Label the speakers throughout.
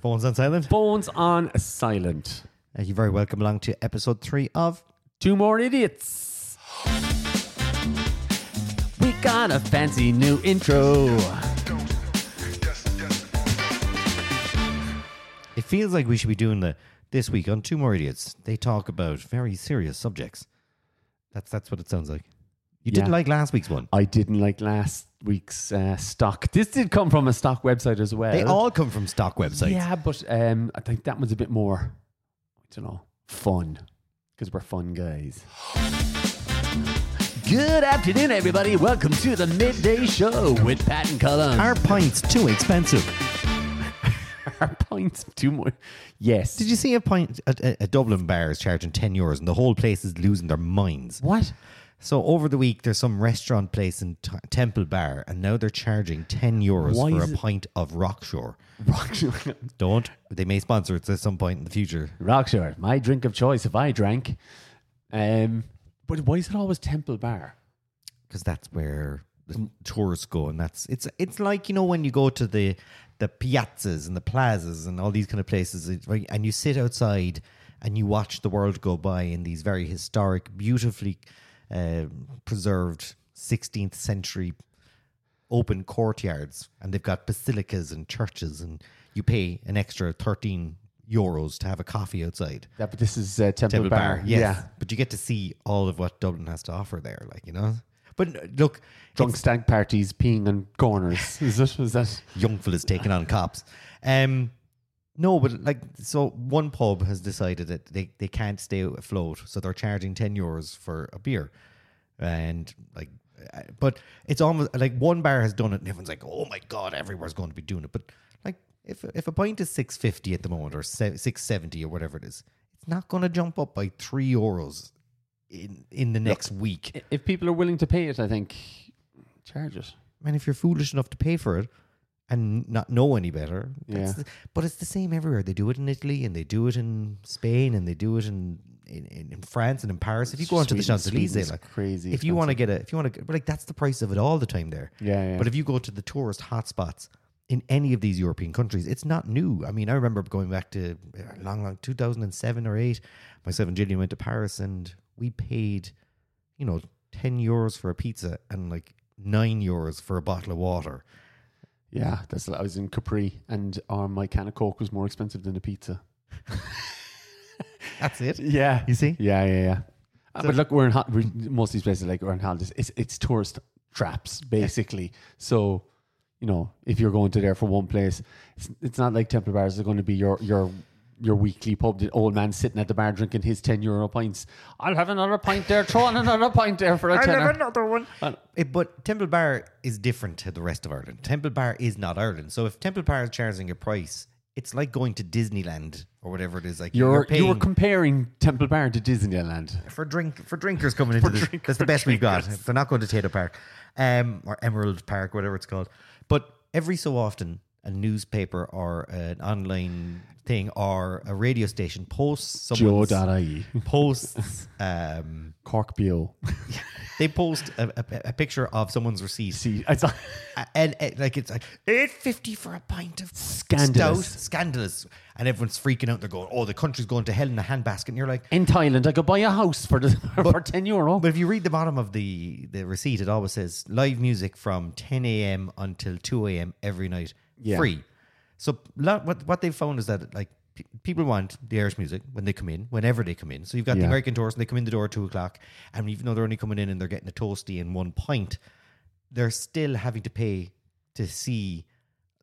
Speaker 1: Bones on silent.
Speaker 2: Bones on silent.
Speaker 1: Uh, You're very welcome along to episode three of
Speaker 2: Two more idiots. We got a fancy new intro.
Speaker 1: It feels like we should be doing the this week on Two More Idiots. They talk about very serious subjects. That's that's what it sounds like. You didn't
Speaker 2: Yeah.
Speaker 1: like last week's one.
Speaker 2: I didn't like last week's uh, stock. This did come from a stock website as well.
Speaker 1: They all come from stock websites.
Speaker 2: Yeah, but um, I think that one's a bit more, I don't know, fun because we're fun guys. Good afternoon, everybody. Welcome to the midday show with Pat and Cullen.
Speaker 1: Are pints too expensive?
Speaker 2: Our pints too much. Yes.
Speaker 1: Did you see a pint? A, a, a Dublin bar is charging ten euros, and the whole place is losing their minds.
Speaker 2: what?
Speaker 1: So over the week, there's some restaurant place in T- Temple Bar, and now they're charging ten euros
Speaker 2: Why
Speaker 1: for
Speaker 2: is
Speaker 1: a
Speaker 2: it-
Speaker 1: pint of Rockshore.
Speaker 2: Rockshore.
Speaker 1: Don't they may sponsor it at some point in the future?
Speaker 2: Rockshore, my drink of choice if I drank. Um, but why is it always Temple Bar?
Speaker 1: because that's where the tourists go, and that's it's it's like you know when you go to the the piazzas and the plazas and all these kind of places, it- right, and you sit outside and you watch the world go by in these very historic, beautifully um preserved 16th century open courtyards, and they've got basilicas and churches, and you pay an extra 13 euros to have a coffee outside.
Speaker 2: Yeah, but this is uh, Temple,
Speaker 1: Temple
Speaker 2: Bar.
Speaker 1: Bar. yes.
Speaker 2: Yeah.
Speaker 1: But you get to see all of what Dublin has to offer there, like, you know? But uh, look,
Speaker 2: Drunk stag parties, peeing on corners. Is that? Is that?
Speaker 1: young fellas taking on cops. Um, no, but like, so one pub has decided that they, they can't stay afloat, so they're charging 10 euros for a beer. And like, uh, but it's almost like one bar has done it, and everyone's like, oh my God, everywhere's going to be doing it. But like, if, if a pint is 650 at the moment or se- 670 or whatever it is, it's not going to jump up by three euros in, in the next week.
Speaker 2: If people are willing to pay it, I think charge it.
Speaker 1: And if you're foolish enough to pay for it and not know any better, that's
Speaker 2: Yeah.
Speaker 1: the- but it's the same everywhere. They do it in Italy and they do it in Spain and they do it in in, in, in France and in Paris. If you go onto the
Speaker 2: Sweden-
Speaker 1: Champs Elysees,
Speaker 2: Sweden's
Speaker 1: like
Speaker 2: crazy
Speaker 1: If you want to get a, if you want to, like that's the price of it all the time there.
Speaker 2: Yeah, yeah.
Speaker 1: But if you go to the tourist hotspots in any of these European countries, it's not new. I mean, I remember going back to a long, long 2007 or eight. Myself and Gillian went to Paris and we paid, you know, 10 euros for a pizza and like nine euros for a bottle of water.
Speaker 2: Yeah, that's. I was in Capri, and um, my can of Coke was more expensive than a pizza.
Speaker 1: That's it.
Speaker 2: Yeah,
Speaker 1: You see?
Speaker 2: Yeah, yeah, yeah. Uh, but look, we're in ho- we're, most of these places like we're in holidays. It's it's tourist traps basically. So, you know, if you're going to there for one place, it's, it's not like Temple Bars are going to be your your your weekly pub. The old man sitting at the bar drinking his ten euro pints. I'll have another pint there. Throw on another pint there for a tenner.
Speaker 1: another one. Eh, but Temple Bar is different to the rest of Ireland. Temple Bar is not Ireland. So if Temple Bar is charging a price, it's like going to Disneyland or whatever it is. Like you're,
Speaker 2: You're
Speaker 1: paying
Speaker 2: you're comparing Temple Bar to Disneyland.
Speaker 1: for drink for drinkers coming into this. that's the best we've got. If they're not going to Tato Park, um, or Emerald Park, whatever it's called. But every so often, a newspaper or an online thing or a radio station posts someone's
Speaker 2: Joe.ie.
Speaker 1: posts. Um,
Speaker 2: Cork Bio.
Speaker 1: they post a, a, a picture of someone's receipt
Speaker 2: See, it's like,
Speaker 1: A- and, and, like it's like eight fifty for a pint of
Speaker 2: Scandalous.
Speaker 1: stout, scandalous, and everyone's freaking out. They're going, "Oh, the country's going to hell in a handbasket," and you're like.
Speaker 2: in Thailand, I could buy a house for the, for ten euro.
Speaker 1: But if you read the bottom of the, the receipt, it always says live music from 10 a.m. until 2 a.m. every night,
Speaker 2: Yeah.
Speaker 1: free. So lot, what what they've found is that like pe- people want the Irish music when they come in, whenever they come in. So you've got the
Speaker 2: Yeah.
Speaker 1: American tourists, and they come in the door at two o'clock, and even though they're only coming in and they're getting a toasty and one pint, they're still having to pay to see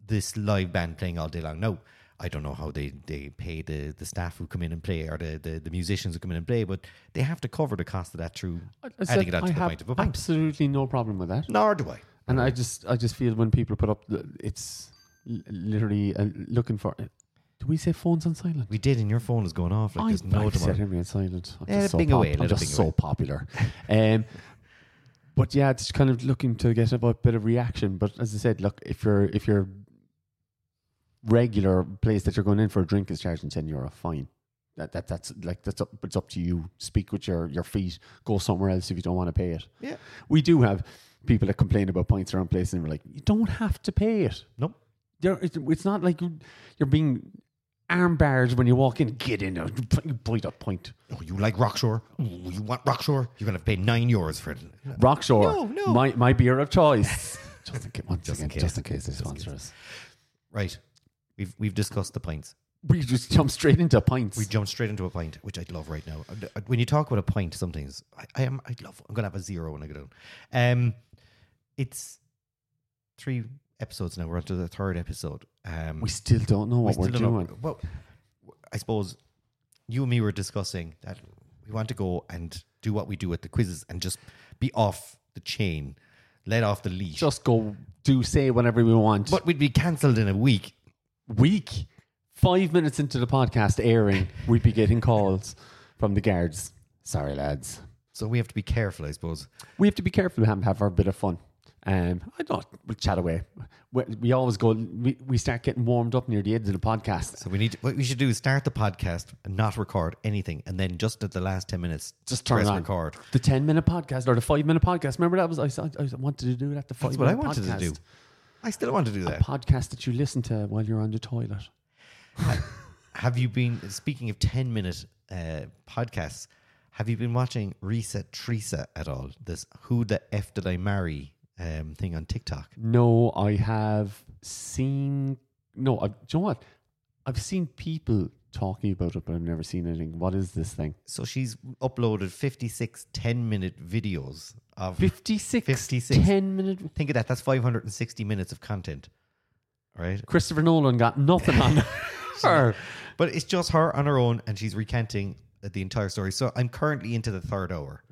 Speaker 1: this live band playing all day long. Now, I don't know how they, they pay the, the staff who come in and play or the, the, the musicians who come in and play, but they have to cover the cost of that through
Speaker 2: I said
Speaker 1: adding it on
Speaker 2: I
Speaker 1: to the
Speaker 2: have
Speaker 1: pint of a pint.
Speaker 2: Absolutely no problem with that.
Speaker 1: Nor do I.
Speaker 2: And I just, I just feel when people put up, the- it's li- literally uh, looking for. Do we say phones on silent?
Speaker 1: We did, and your phone is going off like
Speaker 2: I,
Speaker 1: there's no
Speaker 2: I've
Speaker 1: tomorrow.
Speaker 2: said everything on silent. I'm
Speaker 1: Yeah,
Speaker 2: just so,
Speaker 1: bing
Speaker 2: pop-
Speaker 1: away,
Speaker 2: I'm
Speaker 1: let it
Speaker 2: just
Speaker 1: bing
Speaker 2: so
Speaker 1: away.
Speaker 2: popular. Um, but yeah, it's kind of looking to get a bit bit of reaction. But as I said, look, if your if your regular place that you're going in for a drink is charging ten euro, fine. That, that that's like that's up. It's up to you. Speak with your your feet. Go somewhere else if you don't want to pay it.
Speaker 1: Yeah.
Speaker 2: We do have people that complain about pints around places and we're like, you don't have to pay it.
Speaker 1: Nope.
Speaker 2: There, it, it's not like you- you're being arm bars when you walk in. Get in there, you bite a point.
Speaker 1: Oh, you like Rockshore? Ooh, you want Rockshore? You're going to pay nine euros for it.
Speaker 2: Rockshore,
Speaker 1: No, no.
Speaker 2: my my beer of choice. just in case, once
Speaker 1: Just in
Speaker 2: again,
Speaker 1: case.
Speaker 2: just in case they
Speaker 1: Just in
Speaker 2: sponsor
Speaker 1: case.
Speaker 2: us.
Speaker 1: Right. We've, we've discussed the pints.
Speaker 2: We just jump straight into pints.
Speaker 1: We jumped straight into a pint, which I'd love right now. Uh, When you talk about a pint, sometimes I, I am I'd love. I'm gonna have a zero when I get down. Um, it's three episodes now. We're on to the third episode. Um,
Speaker 2: We still don't know what we are
Speaker 1: still don't know-
Speaker 2: doing.
Speaker 1: Well, I suppose you and me were discussing that we want to go and do what we do at the quizzes and just be off the chain, let off the leash.
Speaker 2: Just go do say whatever we want.
Speaker 1: but we'd be cancelled in a week.
Speaker 2: week, five minutes into the podcast airing, we'd be getting calls from the guards. Sorry, lads.
Speaker 1: So we have to be careful, I suppose.
Speaker 2: We have to be careful and have our bit of fun. Um, I don't we'll chat away. We, we always go. We, we start getting warmed up near the end of the podcast.
Speaker 1: So we need to, what we should do is start the podcast and not record anything, and then just at the last ten minutes,
Speaker 2: Just turn
Speaker 1: press
Speaker 2: on.
Speaker 1: record.
Speaker 2: The ten minute podcast or the five minute podcast. Remember that was I, saw, I wanted to do that. The five
Speaker 1: That's what I
Speaker 2: minute
Speaker 1: wanted
Speaker 2: podcast.
Speaker 1: to do. I still want to do that.
Speaker 2: Podcast that you listen to while you're on the toilet.
Speaker 1: Have you been speaking of ten minute uh, podcasts? Have you been watching Risa Teresa at all? This "Who the f did I marry" um, thing on TikTok.
Speaker 2: No, I have seen. No, I, do you know what? I've seen people talking about it, but I've never seen anything. What is this thing?
Speaker 1: So she's uploaded 56 10 minute videos of.
Speaker 2: 56,
Speaker 1: 56.
Speaker 2: 10 minute.
Speaker 1: Think of that. That's 560 minutes of content, right?
Speaker 2: Christopher Nolan got nothing on her.
Speaker 1: But it's just her on her own, and she's recanting the entire story. So I'm currently into the third hour.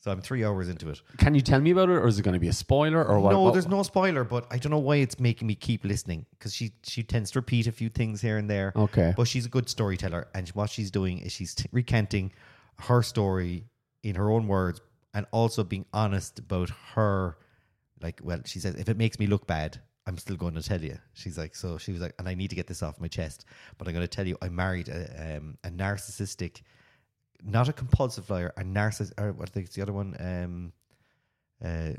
Speaker 1: So I'm three hours into it.
Speaker 2: Can you tell me about it, or is it going to be a spoiler, or what?
Speaker 1: no,
Speaker 2: what-
Speaker 1: there's no spoiler, but I don't know why it's making me keep listening because she she tends to repeat a few things here and there.
Speaker 2: Okay.
Speaker 1: but she's a good storyteller, and what she's doing is she's t- recanting her story in her own words, and also being honest about her. Like, well, she says, if it makes me look bad, I'm still going to tell you. She's like, so she was like, and I need to get this off my chest, but I'm going to tell you, I married a, um, a narcissistic, not a compulsive liar, a narcissist. Or what I think it's the other one. Um, uh,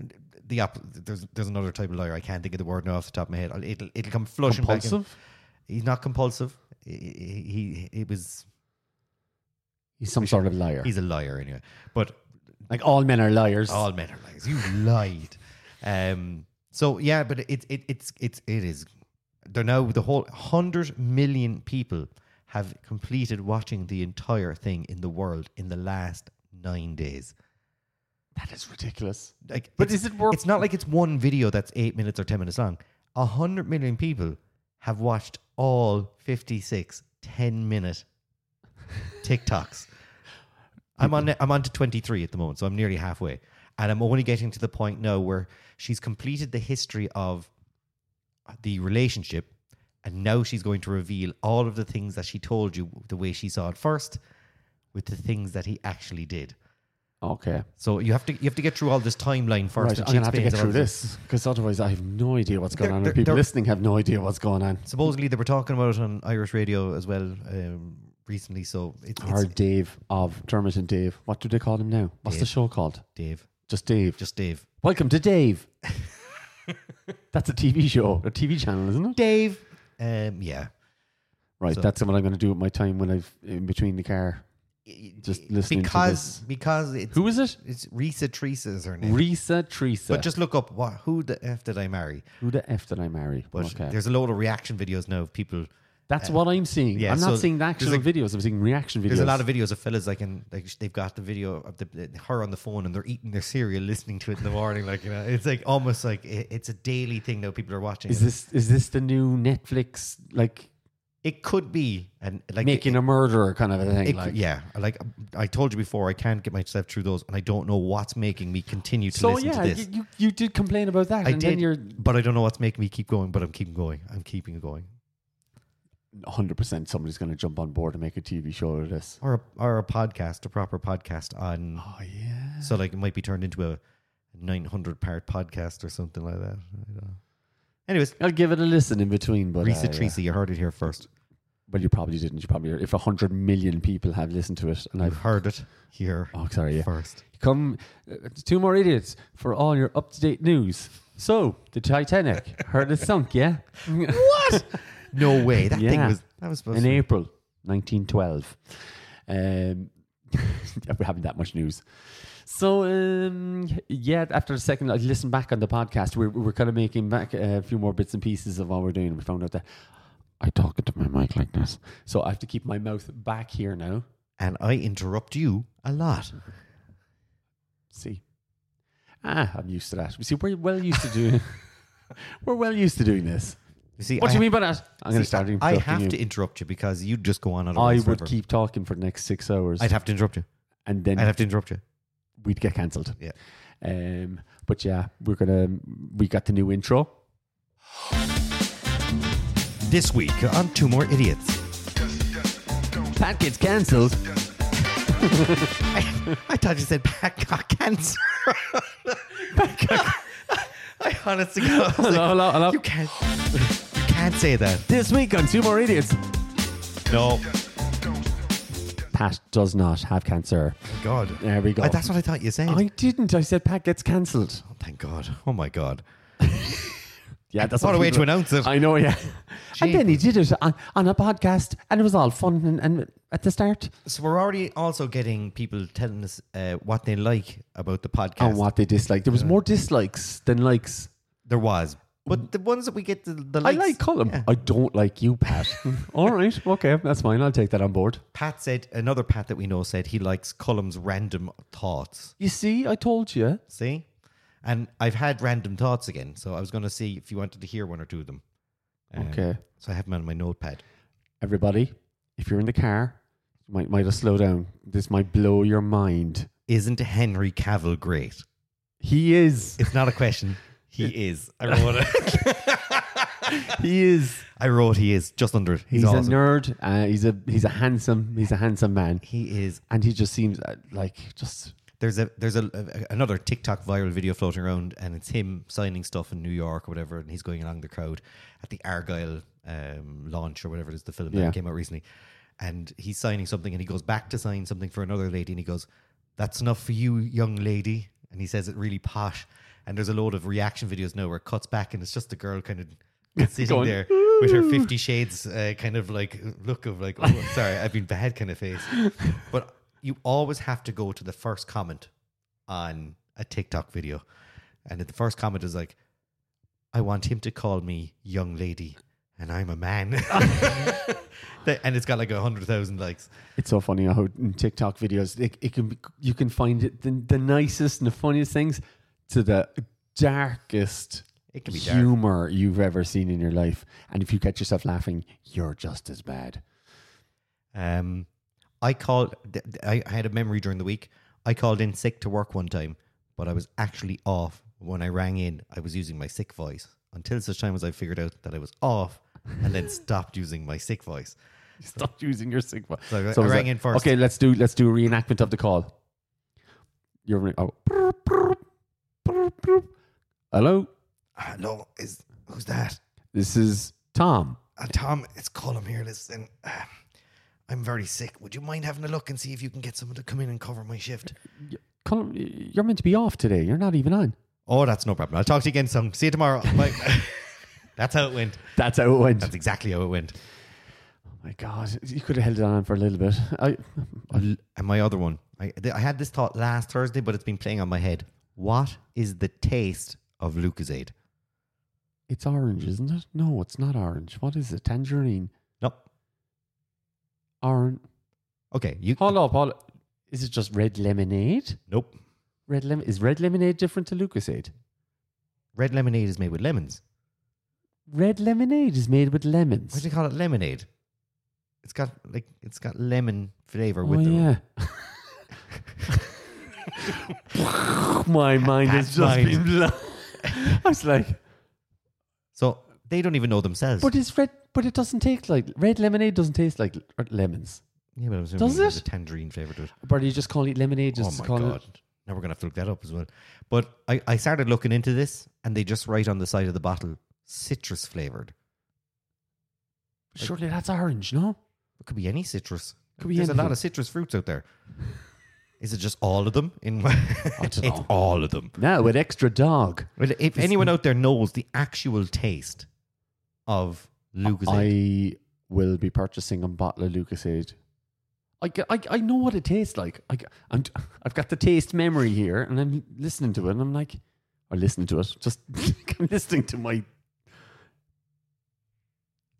Speaker 1: the op- there's there's another type of liar. I can't think of the word now off the top of my head. I'll- It'll it'll come flushing back.
Speaker 2: Compulsive?
Speaker 1: In. He's not compulsive. He, he he- it was
Speaker 2: He's some sort of liar.
Speaker 1: he's a liar anyway. But
Speaker 2: like all men are liars.
Speaker 1: all men are liars. You lied. Um. So yeah, but it it it's it's it is. They're now the whole hundred million people have completed watching the entire thing in the world in the last nine days.
Speaker 2: that is ridiculous.
Speaker 1: Like,
Speaker 2: But
Speaker 1: it's-
Speaker 2: is it worth-
Speaker 1: It's not like it's one video that's eight minutes or ten minutes long. A hundred million people have watched all 56 10 minute TikToks. I'm on. I'm on to 23 at the moment, so I'm nearly halfway, and I'm only getting to the point now where she's completed the history of the relationship, and now she's going to reveal all of the things that she told you the way she saw it first, with the things that he actually did.
Speaker 2: Okay,
Speaker 1: So you have to you have to get through all this timeline first.
Speaker 2: right. I'm
Speaker 1: and
Speaker 2: gonna
Speaker 1: she
Speaker 2: have to
Speaker 1: explains
Speaker 2: get
Speaker 1: all
Speaker 2: through
Speaker 1: of
Speaker 2: this because otherwise, I have no idea what's going
Speaker 1: They're-
Speaker 2: on.
Speaker 1: they're-
Speaker 2: and people
Speaker 1: they're-
Speaker 2: listening have no idea what's going on.
Speaker 1: Supposedly they were talking about it on Irish radio as well um, recently. So it's,
Speaker 2: Or
Speaker 1: it's
Speaker 2: Dave of Dermot and Dave. What do they call him now? What's the show called?
Speaker 1: Dave,
Speaker 2: Just Dave.
Speaker 1: just Dave,
Speaker 2: Welcome to Dave. that's a TV show, a TV channel, isn't it?
Speaker 1: Dave. Um, yeah,
Speaker 2: Right. that's what I'm going to do with my time when I've in between the car. Just listening
Speaker 1: because
Speaker 2: to this.
Speaker 1: because it's
Speaker 2: Who is it?
Speaker 1: it's Risa Teresa is her name.
Speaker 2: Risa Teresa.
Speaker 1: but just look up what who the f did I marry?
Speaker 2: Who the F did I marry?
Speaker 1: But
Speaker 2: okay.
Speaker 1: there's a load of reaction videos now of people.
Speaker 2: That's what I'm seeing.
Speaker 1: yeah,
Speaker 2: I'm not
Speaker 1: so
Speaker 2: seeing the
Speaker 1: there's
Speaker 2: actual
Speaker 1: like-
Speaker 2: videos. I'm seeing reaction videos.
Speaker 1: There's a lot of videos of fellas like in like sh- they've got the video of the her on the phone and they're eating their cereal, listening to it in the morning. Like you know, it's like almost like it, it's a daily thing now. People are watching.
Speaker 2: Is
Speaker 1: it.
Speaker 2: this is this the new Netflix like
Speaker 1: It could be and like
Speaker 2: making a murderer kind of a thing?
Speaker 1: It,
Speaker 2: like,
Speaker 1: yeah, like I told you before, I can't get myself through those, and I don't know what's making me continue to
Speaker 2: So
Speaker 1: listen
Speaker 2: yeah,
Speaker 1: to this.
Speaker 2: you, you you did complain about that,
Speaker 1: I
Speaker 2: and then
Speaker 1: did,
Speaker 2: you're
Speaker 1: but I don't know what's making me keep going. But I'm keeping going. I'm keeping it going.
Speaker 2: 100 percent somebody's going to jump on board and make a TV show out of this.
Speaker 1: Or a, or a podcast, a proper podcast on.
Speaker 2: Oh yeah.
Speaker 1: So like it might be turned into a 900 part podcast or something like that. I don't know. Anyways,
Speaker 2: I'll give it a listen in between, but
Speaker 1: Risa
Speaker 2: uh, yeah.
Speaker 1: Teresa, you heard it here first.
Speaker 2: Well, you probably didn't. You probably if hundred million people have listened to it, and
Speaker 1: You
Speaker 2: I've
Speaker 1: heard it here
Speaker 2: oh sorry, yeah.
Speaker 1: first.
Speaker 2: come uh, two more idiots for all your up to date news. So the Titanic, heard it sunk, yeah.
Speaker 1: What? No way. That thing
Speaker 2: Yeah.
Speaker 1: was that was supposed
Speaker 2: in
Speaker 1: to
Speaker 2: April 1912. Um, yeah, we're having that much news. So um, yeah, after the second, I listened back on the podcast. We're we're kind of making back a few more bits and pieces of what we're doing. We found out that I talk into my mic like this, so I have to keep my mouth back here now.
Speaker 1: and I interrupt you a lot.
Speaker 2: See, ah, I'm used to that. See, we're well used to doing. we're well used to doing this.
Speaker 1: You see,
Speaker 2: What
Speaker 1: I
Speaker 2: do you mean by that? I'm going to
Speaker 1: See,
Speaker 2: start.
Speaker 1: I
Speaker 2: interrupting
Speaker 1: have
Speaker 2: you.
Speaker 1: to interrupt you because you'd just go on and
Speaker 2: I
Speaker 1: on
Speaker 2: would
Speaker 1: forever.
Speaker 2: keep talking for the next six hours,
Speaker 1: I'd have to interrupt you.
Speaker 2: and then
Speaker 1: I'd have to interrupt you.
Speaker 2: we'd get cancelled.
Speaker 1: Yeah.
Speaker 2: Um, but yeah, we're gonna we got the new intro.
Speaker 1: This week on Two More Idiots.
Speaker 2: Pat gets cancelled.
Speaker 1: I, I thought you said Pat got cancer. I honestly got, I was
Speaker 2: Hello,
Speaker 1: like,
Speaker 2: hello, hello.
Speaker 1: you can't, you can't say that.
Speaker 2: This week on Two More Idiots,
Speaker 1: No,
Speaker 2: Pat does not have cancer.
Speaker 1: God,
Speaker 2: There we go.
Speaker 1: I, that's what I thought you said.
Speaker 2: I didn't. I said Pat gets cancelled.
Speaker 1: Thank God. Oh my God.
Speaker 2: Yeah, that's
Speaker 1: What a
Speaker 2: what
Speaker 1: way to
Speaker 2: people-
Speaker 1: announce it.
Speaker 2: I know. Yeah. And then he did it on, on a podcast, and it was all fun. And, and at the start,
Speaker 1: So we're already also getting people telling us uh, what they like about the podcast.
Speaker 2: and Oh, what they disliked, there was more dislikes than likes.
Speaker 1: There was, but the ones that we get the, the
Speaker 2: I
Speaker 1: likes,
Speaker 2: like Colin.
Speaker 1: Yeah.
Speaker 2: I don't like you, Pat. all right, okay, that's fine. I'll take that on board.
Speaker 1: Pat said another Pat that we know said he likes Cullum's random thoughts.
Speaker 2: You see, I told you.
Speaker 1: See, and I've had random thoughts again, so I was going to see if you wanted to hear one or two of them. Um,
Speaker 2: Okay.
Speaker 1: So I have them on my notepad.
Speaker 2: everybody, if you're in the car, you might might have slow down. This might blow your mind.
Speaker 1: Isn't Henry Cavill great?
Speaker 2: He is.
Speaker 1: It's not a question. He is. I wrote it.
Speaker 2: He is.
Speaker 1: I wrote he is just under it. He's,
Speaker 2: He's
Speaker 1: awesome.
Speaker 2: a nerd. Uh, he's a he's a handsome. He's a handsome man,
Speaker 1: he is
Speaker 2: and he just seems uh, like just
Speaker 1: There's a there's a, a- another TikTok viral video floating around, and it's him signing stuff in New York or whatever, and he's going along the crowd at the Argyle um, launch or whatever it is, the film
Speaker 2: Yeah.
Speaker 1: that came out recently, and he's signing something, and he goes back to sign something for another lady, and he goes, "That's enough for you, young lady," and he says it really posh, and there's a load of reaction videos now where it cuts back, and it's just the girl kind of sitting
Speaker 2: Going,
Speaker 1: there with her Fifty Shades uh, kind of like look of like, oh, sorry, I've been bad kind of face. But you always have to go to the first comment on a TikTok video, and the first comment is like, "I want him to call me young lady, and I'm a man," The- and it's got like a hundred thousand likes.
Speaker 2: It's so funny how in TikTok videos it, it can be, you can find it, the, the nicest and the funniest things to the darkest
Speaker 1: It can be dark.
Speaker 2: humor you've ever seen in your life. And if you catch yourself laughing, you're just as bad.
Speaker 1: Um, I called. th- th- I I had a memory during the week. I called in sick to work one time, but I was actually off when I rang in. I was using my sick voice until such time as I figured out that I was off, and then stopped using my sick voice.
Speaker 2: Stop using your Sigma.
Speaker 1: So I- I
Speaker 2: was
Speaker 1: rang
Speaker 2: that-
Speaker 1: in first.
Speaker 2: Okay, let's do let's do a reenactment of the call. You're ring- oh. Hello,
Speaker 1: Hello, Uh, is who's that?
Speaker 2: this is Tom.
Speaker 1: Uh, Tom, it's Colm here. Listen, um, I'm very sick. Would you mind having a look and see if you can get someone to come in and cover my shift?
Speaker 2: Colin, you're meant to be off today. You're not even on.
Speaker 1: Oh, that's no problem. I'll talk to you again soon. See you tomorrow. Bye. that's how it went.
Speaker 2: That's how it went.
Speaker 1: That's exactly how it went.
Speaker 2: oh my God, you could have held it on for a little bit. I, I
Speaker 1: And my other one, I, th- I had this thought last Thursday, but it's been playing on my head. What is the taste of Lucasade?
Speaker 2: it's orange, isn't it? No, it's not orange. What is it? Tangerine.
Speaker 1: No.
Speaker 2: Orange.
Speaker 1: Okay. You.
Speaker 2: Hold up, hold up. Is it just red lemonade?
Speaker 1: Nope.
Speaker 2: Red lemon is red lemonade different to Lucasade?
Speaker 1: Red lemonade is made with lemons.
Speaker 2: Red lemonade is made with lemons.
Speaker 1: Why do you call it lemonade? It's got like it's got lemon flavor
Speaker 2: oh,
Speaker 1: with the
Speaker 2: yeah. My mind
Speaker 1: Pat's
Speaker 2: has just
Speaker 1: mind.
Speaker 2: been blown. I was like,
Speaker 1: So they don't even know themselves.
Speaker 2: but it's red, but it doesn't taste like red lemonade. Doesn't taste like l- uh, lemons.
Speaker 1: yeah, but I'm assuming
Speaker 2: Does
Speaker 1: there's
Speaker 2: it?
Speaker 1: a tangerine flavour to it.
Speaker 2: But you just call it lemonade. Just
Speaker 1: oh
Speaker 2: to
Speaker 1: my
Speaker 2: call
Speaker 1: god.
Speaker 2: It,
Speaker 1: Now we're gonna have to look that up as well. But I, I started looking into this and they just write on the side of the bottle citrus flavoured.
Speaker 2: surely that's orange, no?
Speaker 1: It could be any citrus.
Speaker 2: Could be
Speaker 1: There's a lot
Speaker 2: anything.
Speaker 1: of citrus fruits out there. Is it just all of them? In
Speaker 2: don't
Speaker 1: it's
Speaker 2: know.
Speaker 1: all of them.
Speaker 2: No, with extra dog.
Speaker 1: Well, if anyone out there knows the actual taste of Lucasade.
Speaker 2: I will be purchasing a bottle of Lucasade. I, g- I, I know what it tastes like. I, am I've got the taste memory here, and I'm listening to it, and I'm like, or listening to it, just I'm listening to my.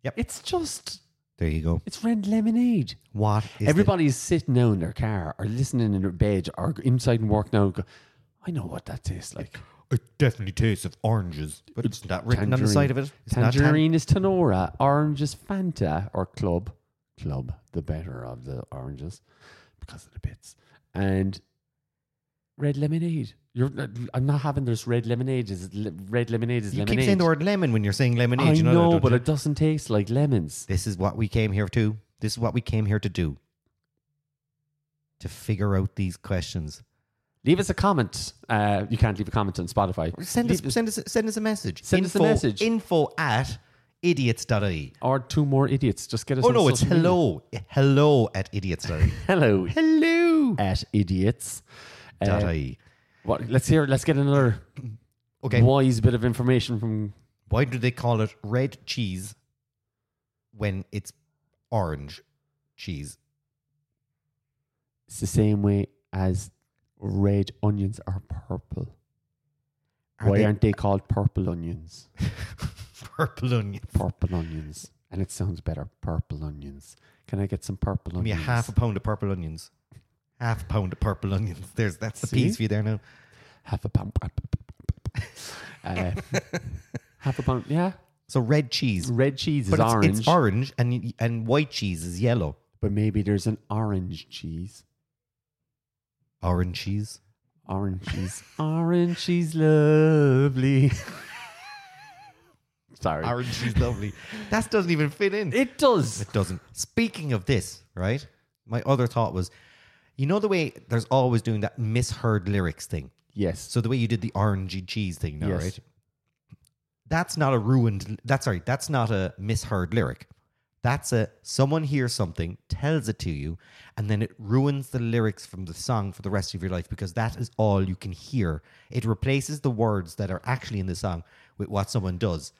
Speaker 1: Yep.
Speaker 2: It's just
Speaker 1: There you go.
Speaker 2: it's red lemonade.
Speaker 1: What is the-
Speaker 2: Everybody's sitting down in their car, or listening in their bed, or inside and work now. and Go, I know what that tastes like.
Speaker 1: It definitely tastes of oranges, but it's not written on the
Speaker 2: tangerine.
Speaker 1: side of it. It's not tan-
Speaker 2: Tangerine is Tenora, orange is Fanta or Club. Club, the better of the oranges because of the bits. And red lemonade. You're, I'm not having this red lemonade. Is le- red lemonade is
Speaker 1: you
Speaker 2: lemonade.
Speaker 1: keep saying the word lemon when you're saying lemonade.
Speaker 2: I
Speaker 1: you know,
Speaker 2: know,
Speaker 1: that, don't
Speaker 2: but
Speaker 1: you?
Speaker 2: it doesn't taste like lemons.
Speaker 1: this is what we came here to. This is what we came here to do. To figure out these questions.
Speaker 2: Leave us a comment. Uh, you can't leave a comment on Spotify.
Speaker 1: Send us,
Speaker 2: Leave
Speaker 1: send us, send us a message.
Speaker 2: Send us a
Speaker 1: Info-
Speaker 2: message.
Speaker 1: Info at idiots.ie.
Speaker 2: or two more idiots. Just get us.
Speaker 1: Oh
Speaker 2: on
Speaker 1: no, it's
Speaker 2: social media.
Speaker 1: hello, hello at idiots.ie.
Speaker 2: Hello
Speaker 1: hello.
Speaker 2: at idiots. Uh,
Speaker 1: Dot ie.
Speaker 2: what, let's hear. Let's get another
Speaker 1: Okay.
Speaker 2: wise bit of information from
Speaker 1: Why do they call it red cheese when it's orange cheese?
Speaker 2: It's the same way as red onions are purple.
Speaker 1: Are
Speaker 2: Why
Speaker 1: they
Speaker 2: aren't they called purple onions?
Speaker 1: purple onion?
Speaker 2: Purple onions. And it sounds better, purple onions. Can I get some purple
Speaker 1: Give me a
Speaker 2: onions?
Speaker 1: half a pound of purple onions. Half a pound of purple onions. There's that's the piece
Speaker 2: See?
Speaker 1: for you there now.
Speaker 2: half a pound. Uh, half a pound. Yeah.
Speaker 1: So red cheese,
Speaker 2: Red cheese is
Speaker 1: but it's,
Speaker 2: orange,
Speaker 1: it's orange, and and white cheese is yellow.
Speaker 2: but maybe there's an orange cheese.
Speaker 1: Orange cheese.
Speaker 2: Orange cheese. orange cheese, lovely. Sorry.
Speaker 1: Orange cheese, lovely. That doesn't even fit in.
Speaker 2: It does.
Speaker 1: It doesn't. Speaking of this, right? My other thought was, you know, the way there's always doing that misheard lyrics thing.
Speaker 2: Yes.
Speaker 1: So the way you did the orangey cheese thing, now,
Speaker 2: Yes.
Speaker 1: right? That's not a ruined. That's sorry. That's not a misheard lyric. That's a someone hears something, tells it to you, and then it ruins the lyrics from the song for the rest of your life because that is all you can hear. It replaces the words that are actually in the song with what someone does.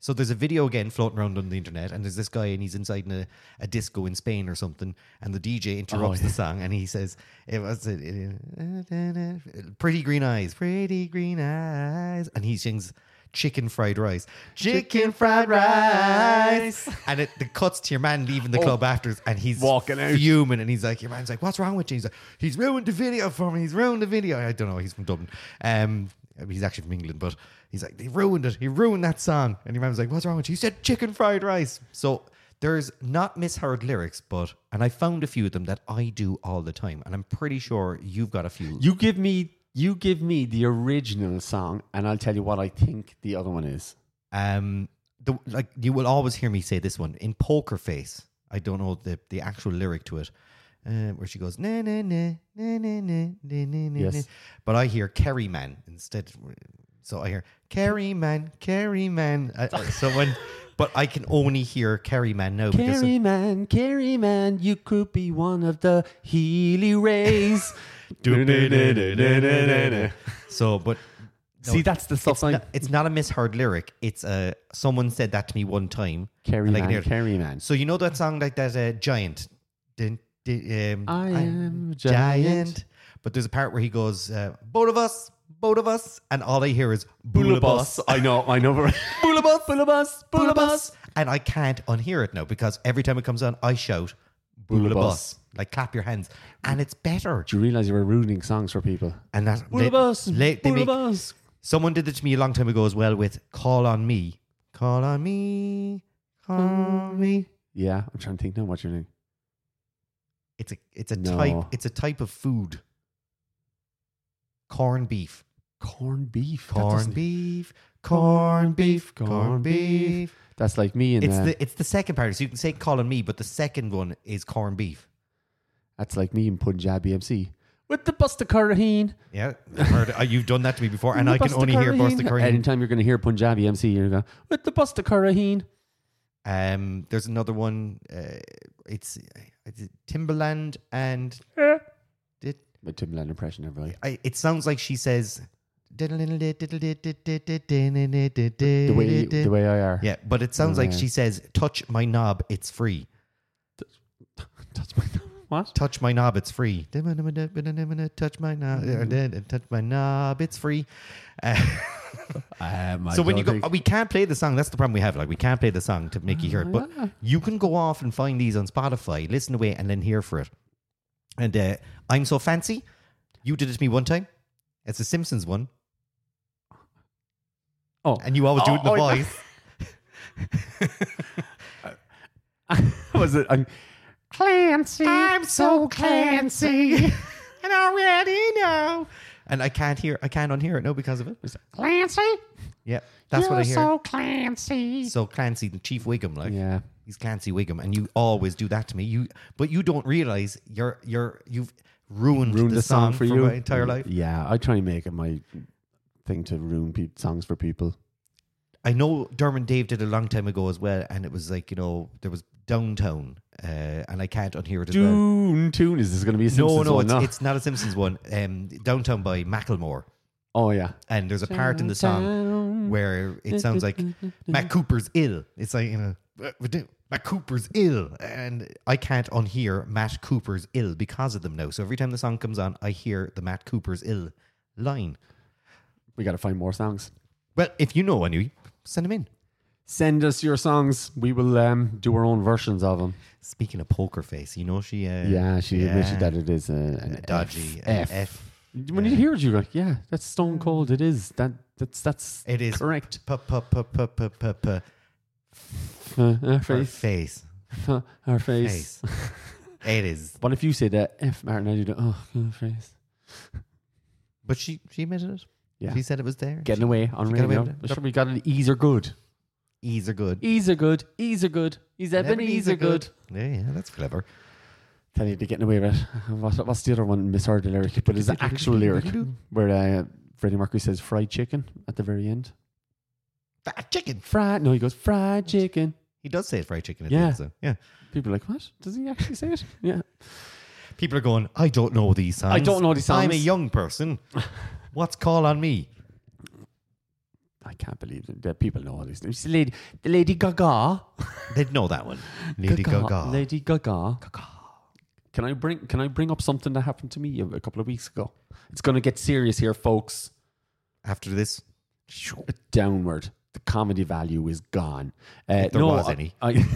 Speaker 1: So there's a video again floating around on the internet, and there's this guy, and he's inside in a, a disco in Spain or something, and the DJ interrupts the song, and he says, "It was it, it- pretty green eyes, pretty green eyes," and he sings chicken fried rice, chicken fried rice, Oh. and it the cuts to your man leaving the club after, and he's
Speaker 2: Walking out.
Speaker 1: fuming, and he's like, "Your man's like, what's wrong with you?" He's like, "He's ruined the video for me. He's ruined the video." I don't know. He's from Dublin. Um, I mean, he's actually from England, but he's like, "They ruined it. He ruined that song." And your man's like, "What's wrong with you?" He said, "Chicken fried rice." So there's not misheard lyrics, but and I found a few of them that I do all the time, and I'm pretty sure you've got a few.
Speaker 2: You give me you give me the original song and I'll tell you what I think the other one is.
Speaker 1: Um, the, like you will always hear me say this one in Poker Face. I don't know the, the actual lyric to it, uh, where she goes na na na na na na na na na.
Speaker 2: Yes.
Speaker 1: na." But I hear Kerry Man instead, so I hear Kerry Man, Kerry Man. I, I- someone, but I can only hear Kerry Man now. because of-
Speaker 2: Carry man, carry man, you could be one of the Healy Rays.
Speaker 1: so, but
Speaker 2: See, that's the stuff like
Speaker 1: no, it's not a misheard lyric. It's a someone said that to me one time.
Speaker 2: carry
Speaker 1: and I can hear
Speaker 2: man,
Speaker 1: it.
Speaker 2: carry man.
Speaker 1: So you know that song like that uh, giant. Dun, dun, um,
Speaker 2: I am giant.
Speaker 1: But there's a part where he goes, uh, "Both of us, both of us," and all I hear is "Boulabus,
Speaker 2: I know, I know. Boulabus, Boulabus,
Speaker 1: boulabus," and I can't unhear it now because every time it comes on, I shout "Boulabus,"
Speaker 2: Boulabus.
Speaker 1: like clap your hands, and it's better.
Speaker 2: Do you realize you were ruining songs for people?
Speaker 1: And that they-
Speaker 2: Boulabus,
Speaker 1: le- they make-
Speaker 2: Boulabus.
Speaker 1: someone did it to me a long time ago as well with "Call on me, call on me, call on me."
Speaker 2: Yeah, I'm trying to think now what you're doing.
Speaker 1: It's a it's a
Speaker 2: No.
Speaker 1: type it's a type of food. Corn beef.
Speaker 2: Corned beef. That
Speaker 1: Corn
Speaker 2: doesn't-
Speaker 1: beef. Corn beef.
Speaker 2: Corned
Speaker 1: Corn beef.
Speaker 2: That's like me and
Speaker 1: It's
Speaker 2: uh,
Speaker 1: the it's the second part. So you can say calling me, but the second one is corn beef.
Speaker 2: That's like me in Punjabi MC. With the Busta Karaheen.
Speaker 1: Yeah. I've heard- uh, you've done that to me before, and I can only hear Buster Curry.
Speaker 2: Anytime you're going to hear Punjabi MC, you're going, with the Busta Karaheen.
Speaker 1: Um there's another one, uh, it's, it's Timberland and it,
Speaker 2: My Timbaland impression, everybody.
Speaker 1: I, it sounds like she says The
Speaker 2: The way the way I are.
Speaker 1: Yeah, but it sounds like
Speaker 2: Yeah.
Speaker 1: she says, "Touch my knob, it's free.
Speaker 2: That's my what?
Speaker 1: Touch my knob, it's free.
Speaker 2: Mm-hmm.
Speaker 1: Touch my knob, touch my knob, it's free." Uh, so when you go, we can't play the song. That's the problem we have. Like we can't play the song to make you
Speaker 2: Oh,
Speaker 1: hear it. But you can go off and find these on Spotify, listen away, and then hear for it. And uh, I'm so fancy. You did it to me one time. It's a Simpsons one,
Speaker 2: oh,
Speaker 1: and you always do it in the
Speaker 2: Oh, oh,
Speaker 1: voice.
Speaker 2: was it? I'm Clancy.
Speaker 1: I'm so Clancy. and already know. And I can't hear. I can't unhear it. No, because of it.
Speaker 2: Clancy.
Speaker 1: Yeah, that's what I hear. So,
Speaker 2: Clancy.
Speaker 1: Clancy, the Chief Wiggum, like
Speaker 2: Yeah.
Speaker 1: he's Clancy Wiggum, and you always do that to me. You, but you don't realize you're you're you've ruined,
Speaker 2: Ruined
Speaker 1: the,
Speaker 2: the song, for you
Speaker 1: my entire life.
Speaker 2: Yeah, I try and make it my thing to ruin peop songs for people.
Speaker 1: I know Dermot Dave did a long time ago as well, and it was like you know there was Downtown, uh, and I can't unhear it as well.
Speaker 2: Dune tune is this going to be a
Speaker 1: No,
Speaker 2: Simpsons
Speaker 1: no,
Speaker 2: one?
Speaker 1: it's, it's not a Simpsons one. Um, Downtown by Macklemore,
Speaker 2: oh yeah.
Speaker 1: and there's a part in the song where it sounds like Matt Cooper's ill. It's like you know. "Uh, we do- Matt Cooper's ill, and I can't unhear Matt Cooper's ill because of them now. So every time the song comes on, I hear the Matt Cooper's ill line.
Speaker 2: We got to find more songs.
Speaker 1: Well, if you know any, send them in.
Speaker 2: Send us your songs. We will um, do our own versions of them.
Speaker 1: Speaking of poker face, you know she. Uh,
Speaker 2: Yeah, she admitted
Speaker 1: yeah.
Speaker 2: that it is a, an
Speaker 1: dodgy
Speaker 2: F.
Speaker 1: F. F.
Speaker 2: When you hear it, you go, "Yeah, that's Stone Cold." It is that. That's that's
Speaker 1: It is
Speaker 2: correct.
Speaker 1: P- p- p- p- p- p- p-
Speaker 2: Uh, our
Speaker 1: her
Speaker 2: face,
Speaker 1: face.
Speaker 2: uh, our face.
Speaker 1: Face. It is.
Speaker 2: What if you say that F Martin? I do that. Oh, our face.
Speaker 1: But she she admitted it.
Speaker 2: Yeah.
Speaker 1: She said it was there.
Speaker 2: Getting away on
Speaker 1: she got away
Speaker 2: radio.
Speaker 1: with it.
Speaker 2: I'm sure we got an ease are good.
Speaker 1: Ease are good.
Speaker 2: Ease are good. Ease are good. Ease Ebenezer good.
Speaker 1: Yeah, yeah, that's clever.
Speaker 2: Tell you to getting away with it. What, what's the other one? Misheard the lyric, but it's the actual lyric where uh, Freddie Mercury says fried chicken at the very end.
Speaker 1: Fat chicken.
Speaker 2: Fried. No, he goes fried chicken.
Speaker 1: He does say it's fried chicken. I
Speaker 2: Yeah.
Speaker 1: Think, so. Yeah.
Speaker 2: People are like, what? Does he actually say it? Yeah.
Speaker 1: People are going. I don't know these songs.
Speaker 2: I don't know these
Speaker 1: I'm a
Speaker 2: songs."
Speaker 1: young person. What's call on me?
Speaker 2: I can't believe that, that people know all these things. The lady, the Lady Gaga.
Speaker 1: They'd know that one. Lady Gaga.
Speaker 2: Lady Gaga. Gaga. Can I bring Can I bring up something that happened to me a, a couple of weeks ago? It's going to get serious here, folks.
Speaker 1: After this,
Speaker 2: Downward. The comedy value is gone. Uh,
Speaker 1: there
Speaker 2: no,
Speaker 1: was
Speaker 2: I-
Speaker 1: any.
Speaker 2: I,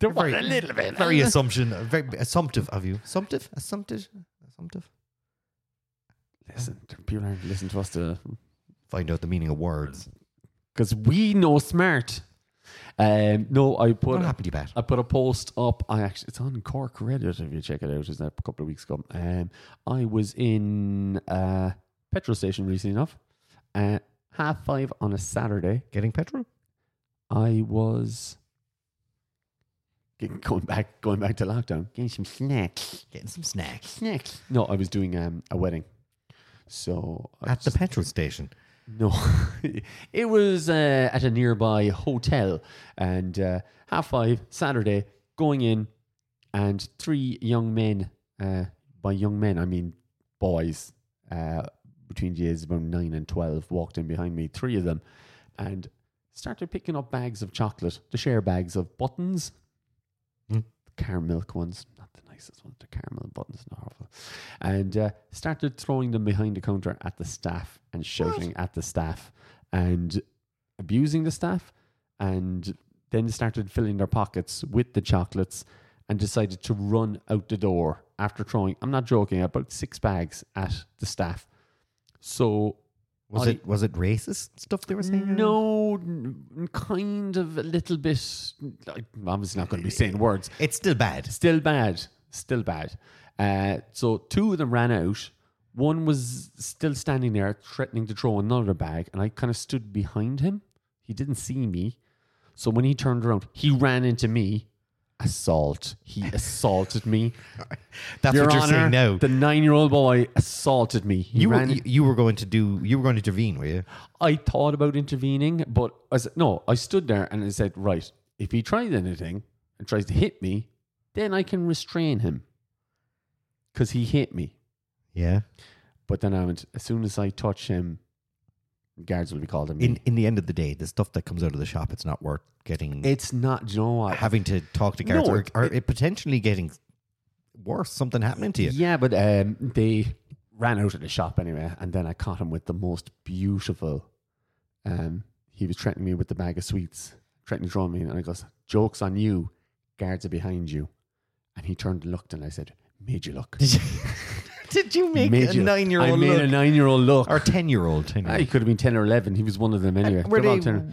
Speaker 2: there was a little bit.
Speaker 1: very assumption, very assumptive of you. Assumptive, assumptive, assumptive.
Speaker 2: Listen, people aren't listening to us to
Speaker 1: Find out the meaning of words.
Speaker 2: because we know smart. Um, no, I put
Speaker 1: What happened to you, Pat?
Speaker 2: I put a post up. I actually, it's on Cork Reddit. If you check it out, it's a couple of weeks ago. Um, I was in a petrol station recently enough. At half five on a Saturday,
Speaker 1: Getting petrol?
Speaker 2: I was getting, going back, going back to lockdown, getting some snacks,
Speaker 1: Getting some snacks
Speaker 2: snacks. No, I was doing um, a wedding, so I
Speaker 1: at the petrol station.
Speaker 2: no, it was uh, at a nearby hotel, and uh, half five Saturday going in, and three young men. Uh, by young men, I mean boys uh, between the ages of about nine and twelve walked in behind me, three of them, and started picking up bags of chocolate, the share bags of buttons,
Speaker 1: Mm.
Speaker 2: caramel milk ones, not the nicest ones, the caramel buttons, not awful, and uh, started throwing them behind the counter at the staff and shouting at the staff and abusing the staff, and then started filling their pockets with the chocolates and decided to run out the door after throwing, I'm not joking, about six bags at the staff. So
Speaker 1: Was
Speaker 2: I-
Speaker 1: it was it racist stuff they were saying?
Speaker 2: no, n- kind of a little bit. I- I'm obviously not going to be saying words.
Speaker 1: it's still bad.
Speaker 2: Still bad. Still bad. Uh, so two of them ran out. One was still standing there, threatening to throw another bag, and I kind of stood behind him. He didn't see me. So when he turned around, he ran into me. Assault. He assaulted me.
Speaker 1: That's
Speaker 2: Your
Speaker 1: what you're
Speaker 2: Honor,
Speaker 1: saying now.
Speaker 2: The nine-year-old boy assaulted me. He
Speaker 1: you were,
Speaker 2: ran
Speaker 1: you, you were going to do. You were going to intervene, were you?
Speaker 2: I thought about intervening, but I said, no, I stood there and I said, right, if he tries anything and tries to hit me, then I can restrain him because he hit me.
Speaker 1: Yeah.
Speaker 2: But then I went, as soon as I touch him, guards will be called. I mean,
Speaker 1: In in the end of the day, the stuff that comes out of the shop, it's not worth getting
Speaker 2: it's not. Do you know what?
Speaker 1: having to talk to guards
Speaker 2: No,
Speaker 1: or,
Speaker 2: it-
Speaker 1: or it potentially getting worse, something happening to you.
Speaker 2: Yeah, but um, they ran out of the shop anyway, and then I caught him with the most beautiful. Um, he was threatening me with the bag of sweets, threatening to draw me, in, and I goes, "Jokes on you, guards are behind you." And he turned and looked, and I said, "Made you look."
Speaker 1: Did you make
Speaker 2: Made
Speaker 1: a
Speaker 2: you-
Speaker 1: nine year
Speaker 2: I
Speaker 1: old
Speaker 2: made a
Speaker 1: look?
Speaker 2: nine-year-old look.
Speaker 1: Or ten year old.
Speaker 2: Ah, he could have been ten or eleven. He was one of them anyway.
Speaker 1: were
Speaker 2: They're all
Speaker 1: they-
Speaker 2: 10 or-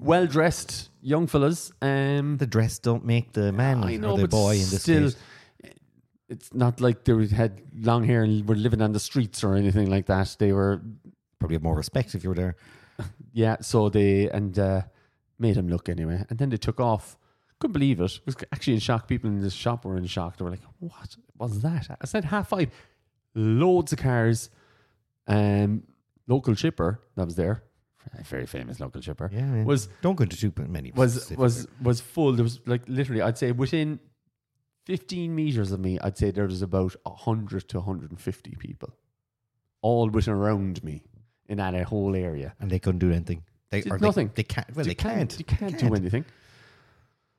Speaker 2: well-dressed young fellas? Um,
Speaker 1: The dress don't make the man or the boy in this case.
Speaker 2: it's not like they had long hair and were living on the streets or anything like that. They were,
Speaker 1: Probably have more respect if you were there.
Speaker 2: yeah. So they and uh, made him look anyway, and then they took off. Couldn't believe it. Was actually in shock. People in this shop were in shock. They were like, "What was that?" I said, "Half five, loads of cars." Um, local chipper that was there, a very famous local chipper.
Speaker 1: Yeah, yeah.
Speaker 2: was
Speaker 1: Don't go into too many.
Speaker 2: was
Speaker 1: specific-
Speaker 2: was was full. There was like literally, I'd say within fifteen meters of me, I'd say there was about hundred to hundred and fifty people, all within around me in that uh, whole area.
Speaker 1: and they couldn't do anything. They
Speaker 2: Did
Speaker 1: or they-
Speaker 2: nothing.
Speaker 1: They can't. Well,
Speaker 2: You
Speaker 1: they can't.
Speaker 2: You can't, do anything.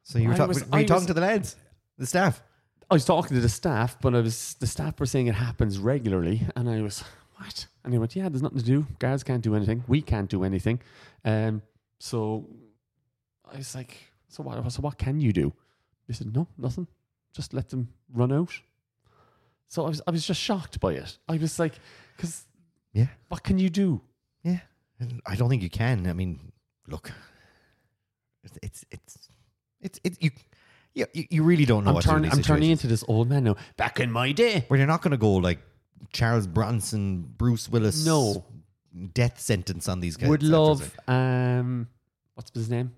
Speaker 1: So you were,
Speaker 2: I
Speaker 1: talk,
Speaker 2: was-
Speaker 1: were you
Speaker 2: I
Speaker 1: talking
Speaker 2: was-
Speaker 1: to the lads, the staff.
Speaker 2: I was talking to the staff, but I was the staff were saying it happens regularly, and I was what? And they went, yeah, there's nothing to do. Guards can't do anything. We can't do anything. Um, so I was like, so what? So what can you do? They said, no, nothing. Just let them run out. So I was, I was just shocked by it. I was like, because
Speaker 1: Yeah,
Speaker 2: what can you do?
Speaker 1: yeah. I don't think you can. I mean, look, it's it's it's it's, it's you. Yeah, you, you really don't know.
Speaker 2: I'm,
Speaker 1: what to do in
Speaker 2: turn,
Speaker 1: these
Speaker 2: I'm turning
Speaker 1: situations.
Speaker 2: into this old man now. Back in my day,
Speaker 1: Where you're not going to go like Charles Bronson, Bruce Willis.
Speaker 2: No.
Speaker 1: death sentence on these guys.
Speaker 2: would
Speaker 1: That's just
Speaker 2: love
Speaker 1: like-
Speaker 2: um, what's his name?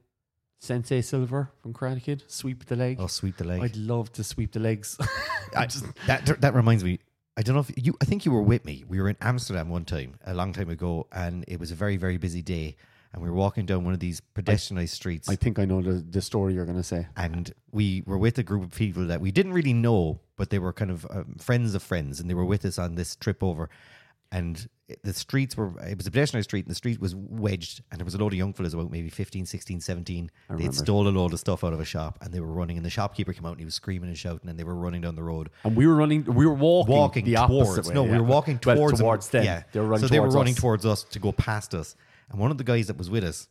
Speaker 2: Sensei Silver from Karate Kid. Sweep the leg.
Speaker 1: Oh, sweep the leg.
Speaker 2: I'd love to sweep the legs.
Speaker 1: I, that that reminds me. I don't know if you. I think you were with me. We were in Amsterdam one time, a long time ago, and it was a very very busy day. And we were walking down one of these pedestrianized streets,
Speaker 2: I think I know the, the story you're going to say.
Speaker 1: and we were with a group of people that we didn't really know, but they were kind of um, friends of friends, and they were with us on this trip over. And it- the streets were, it was a pedestrian street, and the street was wedged, and there was a load of young fellas, about maybe 15, 16, 17. They'd stole a load of stuff out of a shop, and they were running, and the shopkeeper came out, and he was screaming and shouting, and they were running down the road
Speaker 2: And we were running, we were walking,
Speaker 1: walking
Speaker 2: the
Speaker 1: towards.
Speaker 2: opposite way.
Speaker 1: no, we
Speaker 2: yeah.
Speaker 1: were walking
Speaker 2: Well,
Speaker 1: towards
Speaker 2: towards them.
Speaker 1: Yeah,
Speaker 2: They were
Speaker 1: so
Speaker 2: running
Speaker 1: they were
Speaker 2: towards
Speaker 1: running
Speaker 2: us.
Speaker 1: towards us to go past us. And one of the guys that was with us,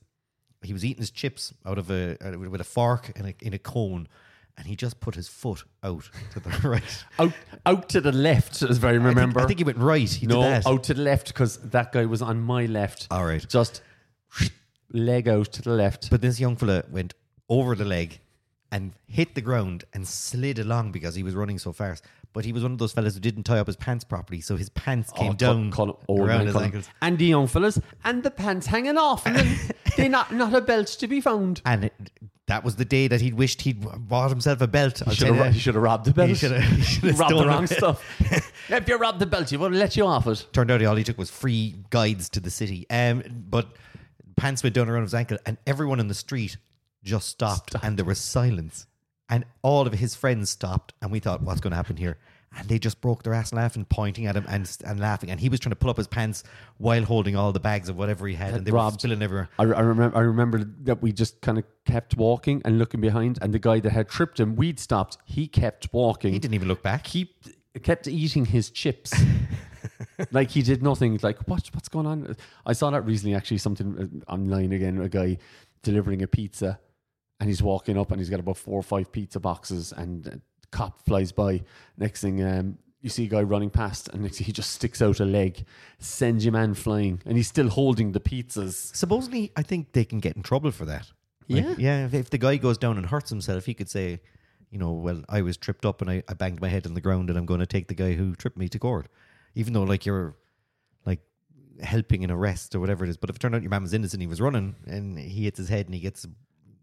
Speaker 1: he was eating his chips out of a out of- with a fork and a, in a cone, and he just put his foot out to the right.
Speaker 2: out, out to the left, as I
Speaker 1: I think-
Speaker 2: remember.
Speaker 1: I think he went right. He
Speaker 2: no,
Speaker 1: did that. Oh.
Speaker 2: out to the left because that guy was on my left.
Speaker 1: All right.
Speaker 2: Just leg out to the left.
Speaker 1: But this young fella went over the leg and hit the ground and slid along because he was running so fast. But he was one of those fellas who didn't tie up his pants properly, so his pants came
Speaker 2: Oh,
Speaker 1: down
Speaker 2: call- call- old
Speaker 1: around
Speaker 2: man
Speaker 1: his
Speaker 2: Colin.
Speaker 1: ankles.
Speaker 2: And the young fellas, and the pants hanging off, and then they not not a belt to be found.
Speaker 1: And it, that was the day that he'd wished he'd bought himself a belt. I'll
Speaker 2: He should,
Speaker 1: tell you
Speaker 2: have,
Speaker 1: that.
Speaker 2: he should have robbed the belt.
Speaker 1: He should have- he should have
Speaker 2: robbed the
Speaker 1: stolen
Speaker 2: wrong
Speaker 1: it.
Speaker 2: stuff. if you robbed the belt, you would have let you off it.
Speaker 1: Turned out all he took was free guides to the city. Um, but pants went down around his ankle, and everyone in the street just stopped, and there was silence. And all of his friends stopped, and we thought, what's going to happen here? And they just broke their ass laughing, pointing at him and, and laughing. And he was trying to pull up his pants while holding all the bags of whatever he had, and they were
Speaker 2: robbed.
Speaker 1: spilling everywhere.
Speaker 2: I, I remember. I remember that we just kind of kept walking and looking behind, and the guy that had tripped him, we'd stopped. He kept walking.
Speaker 1: He didn't even look back.
Speaker 2: keep kept eating his chips. like he did nothing. Like what? What's going on? I saw that recently. Actually, something uh, online again. A guy delivering a pizza, and he's walking up, and he's got about four or five pizza boxes, and a cop flies by. Next thing, um, you see a guy running past, and next thing he just sticks out a leg, sends your man flying, and he's still holding the pizzas.
Speaker 1: Supposedly, I think they can get in trouble for that.
Speaker 2: Yeah.
Speaker 1: yeah. If, if the guy goes down and hurts himself, he could say, you know, well, I was tripped up and I, I banged my head on the ground, and I'm going to take the guy who tripped me to court, even though like you're like helping an arrest or whatever it is. But if it turned out your man was innocent, he was running, and he hits his head and he gets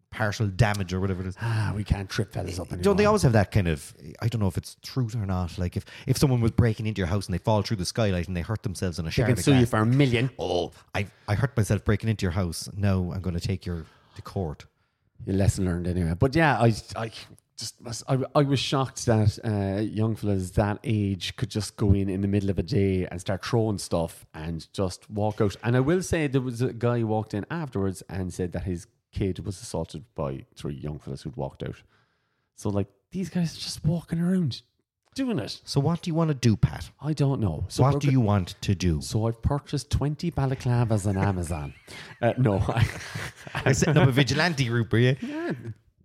Speaker 1: partial damage or whatever it is.
Speaker 2: Ah, we can't trip fellas up anymore.
Speaker 1: Don't they always have that kind of? I don't know if it's truth or not. Like if, if someone was breaking into your house and they fall through the skylight and they hurt themselves on a
Speaker 2: They
Speaker 1: shard
Speaker 2: can
Speaker 1: of
Speaker 2: sue you
Speaker 1: glass,
Speaker 2: for a million.
Speaker 1: oh, I I hurt myself breaking into your house. Now I'm going to take your to court.
Speaker 2: Your lesson learned anyway. But yeah, I, I just was- I, I was shocked that uh, young fellas that age could just go in in the middle of a day and start throwing stuff and just walk out. And I will say there was a guy who walked in afterwards and said that his kid was assaulted by three young fellas who'd walked out. So like these guys are just walking around doing it.
Speaker 1: So what do you want to do, Pat?
Speaker 2: I don't know. So
Speaker 1: what
Speaker 2: we're
Speaker 1: do you want to do?
Speaker 2: So I've purchased 20 balaclavas on Amazon. uh, no.
Speaker 1: You're setting up a vigilante group, are you?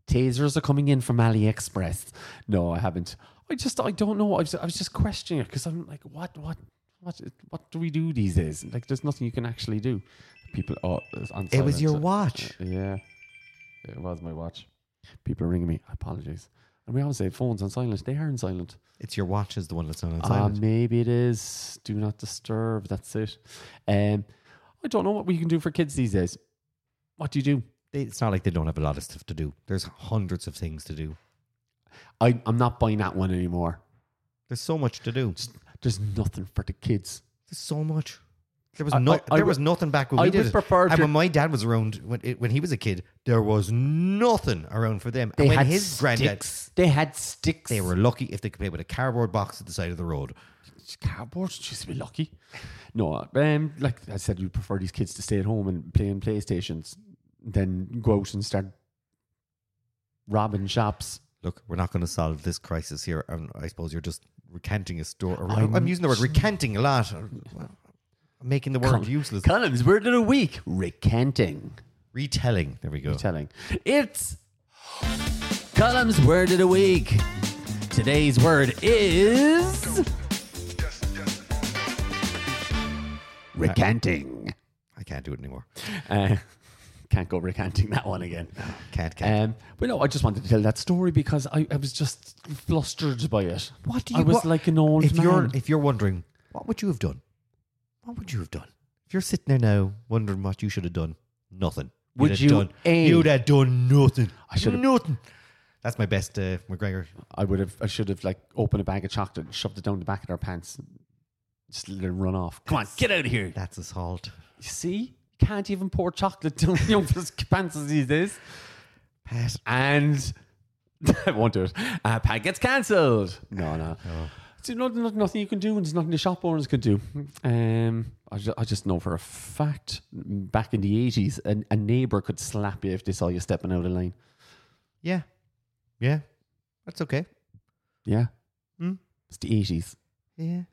Speaker 2: Tasers are coming in from AliExpress. No, I haven't. I just, I don't know. I was, I was just questioning it because I'm like, what, what, what, what do we do these days? Like, there's nothing you can actually do. People, oh, it's on
Speaker 1: It was
Speaker 2: silent.
Speaker 1: your watch.
Speaker 2: Yeah. It was my watch. People are ringing me. Apologies. And we always say phones on silent. They are on silent.
Speaker 1: It's your watch is the one that's on
Speaker 2: Ah,
Speaker 1: silent.
Speaker 2: maybe it is. Do not disturb. That's it. Um, I don't know what we can do for kids these days. What do you do?
Speaker 1: They- it's not like they don't have a lot of stuff to do. There's hundreds of things to do.
Speaker 2: I, I'm not buying that one anymore.
Speaker 1: There's so much to do. There's
Speaker 2: There's nothing for the kids.
Speaker 1: so much. There was
Speaker 2: I-
Speaker 1: no,
Speaker 2: I- I
Speaker 1: there
Speaker 2: would-
Speaker 1: was nothing back when
Speaker 2: I
Speaker 1: we
Speaker 2: would
Speaker 1: did it.
Speaker 2: prefer
Speaker 1: and
Speaker 2: to-
Speaker 1: when my dad was around, when it, when he was a kid, there was nothing around for them. and when his granddad,
Speaker 2: sticks. They had sticks.
Speaker 1: they were lucky if they could play with a cardboard box at the side of the road.
Speaker 2: cardboard. Just be lucky. No, um, like I said, we prefer these kids to stay at home and play in PlayStations than go out and start robbing shops.
Speaker 1: Look, we're not going to solve this crisis here. And I suppose you're just recanting a story.
Speaker 2: I'm-
Speaker 1: I'm, using the word recanting a lot, or, well, making the word useless.
Speaker 2: Collins, word of the week: recanting.
Speaker 1: Retelling. There we go.
Speaker 2: telling. It's Column's word of the week. Today's word is recanting.
Speaker 1: I can't do it anymore.
Speaker 2: Uh, can't go recanting that one again.
Speaker 1: Can't, can't.
Speaker 2: Um, but no, I just wanted to tell that story because I, I was just flustered by it.
Speaker 1: What do
Speaker 2: I
Speaker 1: you-
Speaker 2: was
Speaker 1: what-
Speaker 2: like an old
Speaker 1: if
Speaker 2: Uh, man.
Speaker 1: you're if you're wondering what would you have done what would you have done if you're sitting there now wondering what you should have done nothing
Speaker 2: Would
Speaker 1: have
Speaker 2: you,
Speaker 1: done,
Speaker 2: A-
Speaker 1: you'd have done nothing
Speaker 2: I should have-
Speaker 1: nothing that's my best uh, McGregor
Speaker 2: I would have. I should have like opened a bag of chocolate, and shoved it down the back of our pants, and just let it run off. Come on, get out of here.
Speaker 1: that's assault
Speaker 2: You see, you can't even pour chocolate down young people's pants as he does.
Speaker 1: Pat
Speaker 2: And I won't do it. Uh, Pat gets cancelled. No, no. There's not, not- nothing you can do, and there's nothing the shop owners can do. Um, I, ju- I just know for a fact, back in the 80s, an, a neighbour could slap you if they saw you stepping out of line.
Speaker 1: yeah yeah that's okay
Speaker 2: Yeah.
Speaker 1: Hmm.
Speaker 2: It's the 80s.
Speaker 1: yeah Mm.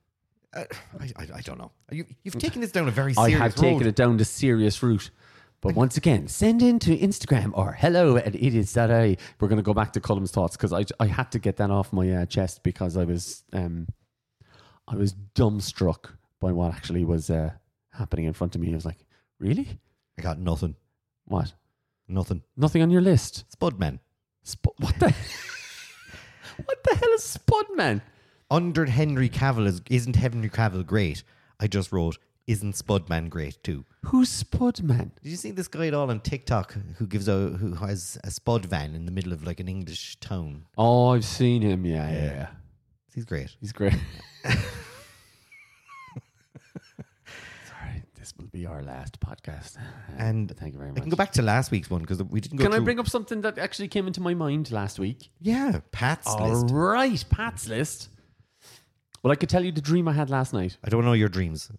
Speaker 1: uh, I, I, I don't know you, you've taken this down a very
Speaker 2: I
Speaker 1: serious
Speaker 2: have
Speaker 1: road.
Speaker 2: taken it down the serious route. But once again, send in to Instagram or hello at idiots.ie. We're going to go back to Cullum's thoughts because I, I had to get that off my uh, chest because I was um, I was dumbstruck by what actually was uh, happening in front of me. I was like, really?
Speaker 1: I got nothing
Speaker 2: What?
Speaker 1: nothing
Speaker 2: Nothing on your list?
Speaker 1: Spudman
Speaker 2: Sp- what the What the hell is Spudman?
Speaker 1: under Henry Cavill is, isn't Henry Cavill great I just wrote isn't Spudman great too
Speaker 2: Who's Spudman?
Speaker 1: Did you see this guy at all on TikTok who gives a who has a spud van in the middle of like an English town?
Speaker 2: Oh, I've seen him. Yeah, yeah, yeah.
Speaker 1: He's great.
Speaker 2: He's great. Sorry, this will be our last podcast.
Speaker 1: And
Speaker 2: Uh, thank you very
Speaker 1: I can
Speaker 2: much.
Speaker 1: go back to last week's one because we didn't go.
Speaker 2: Can I
Speaker 1: through-
Speaker 2: bring up something that actually came into my mind last week?
Speaker 1: Yeah, Pat's
Speaker 2: All
Speaker 1: list.
Speaker 2: right, Pat's list. Well, I could tell you the dream I had last night.
Speaker 1: I don't know your dreams.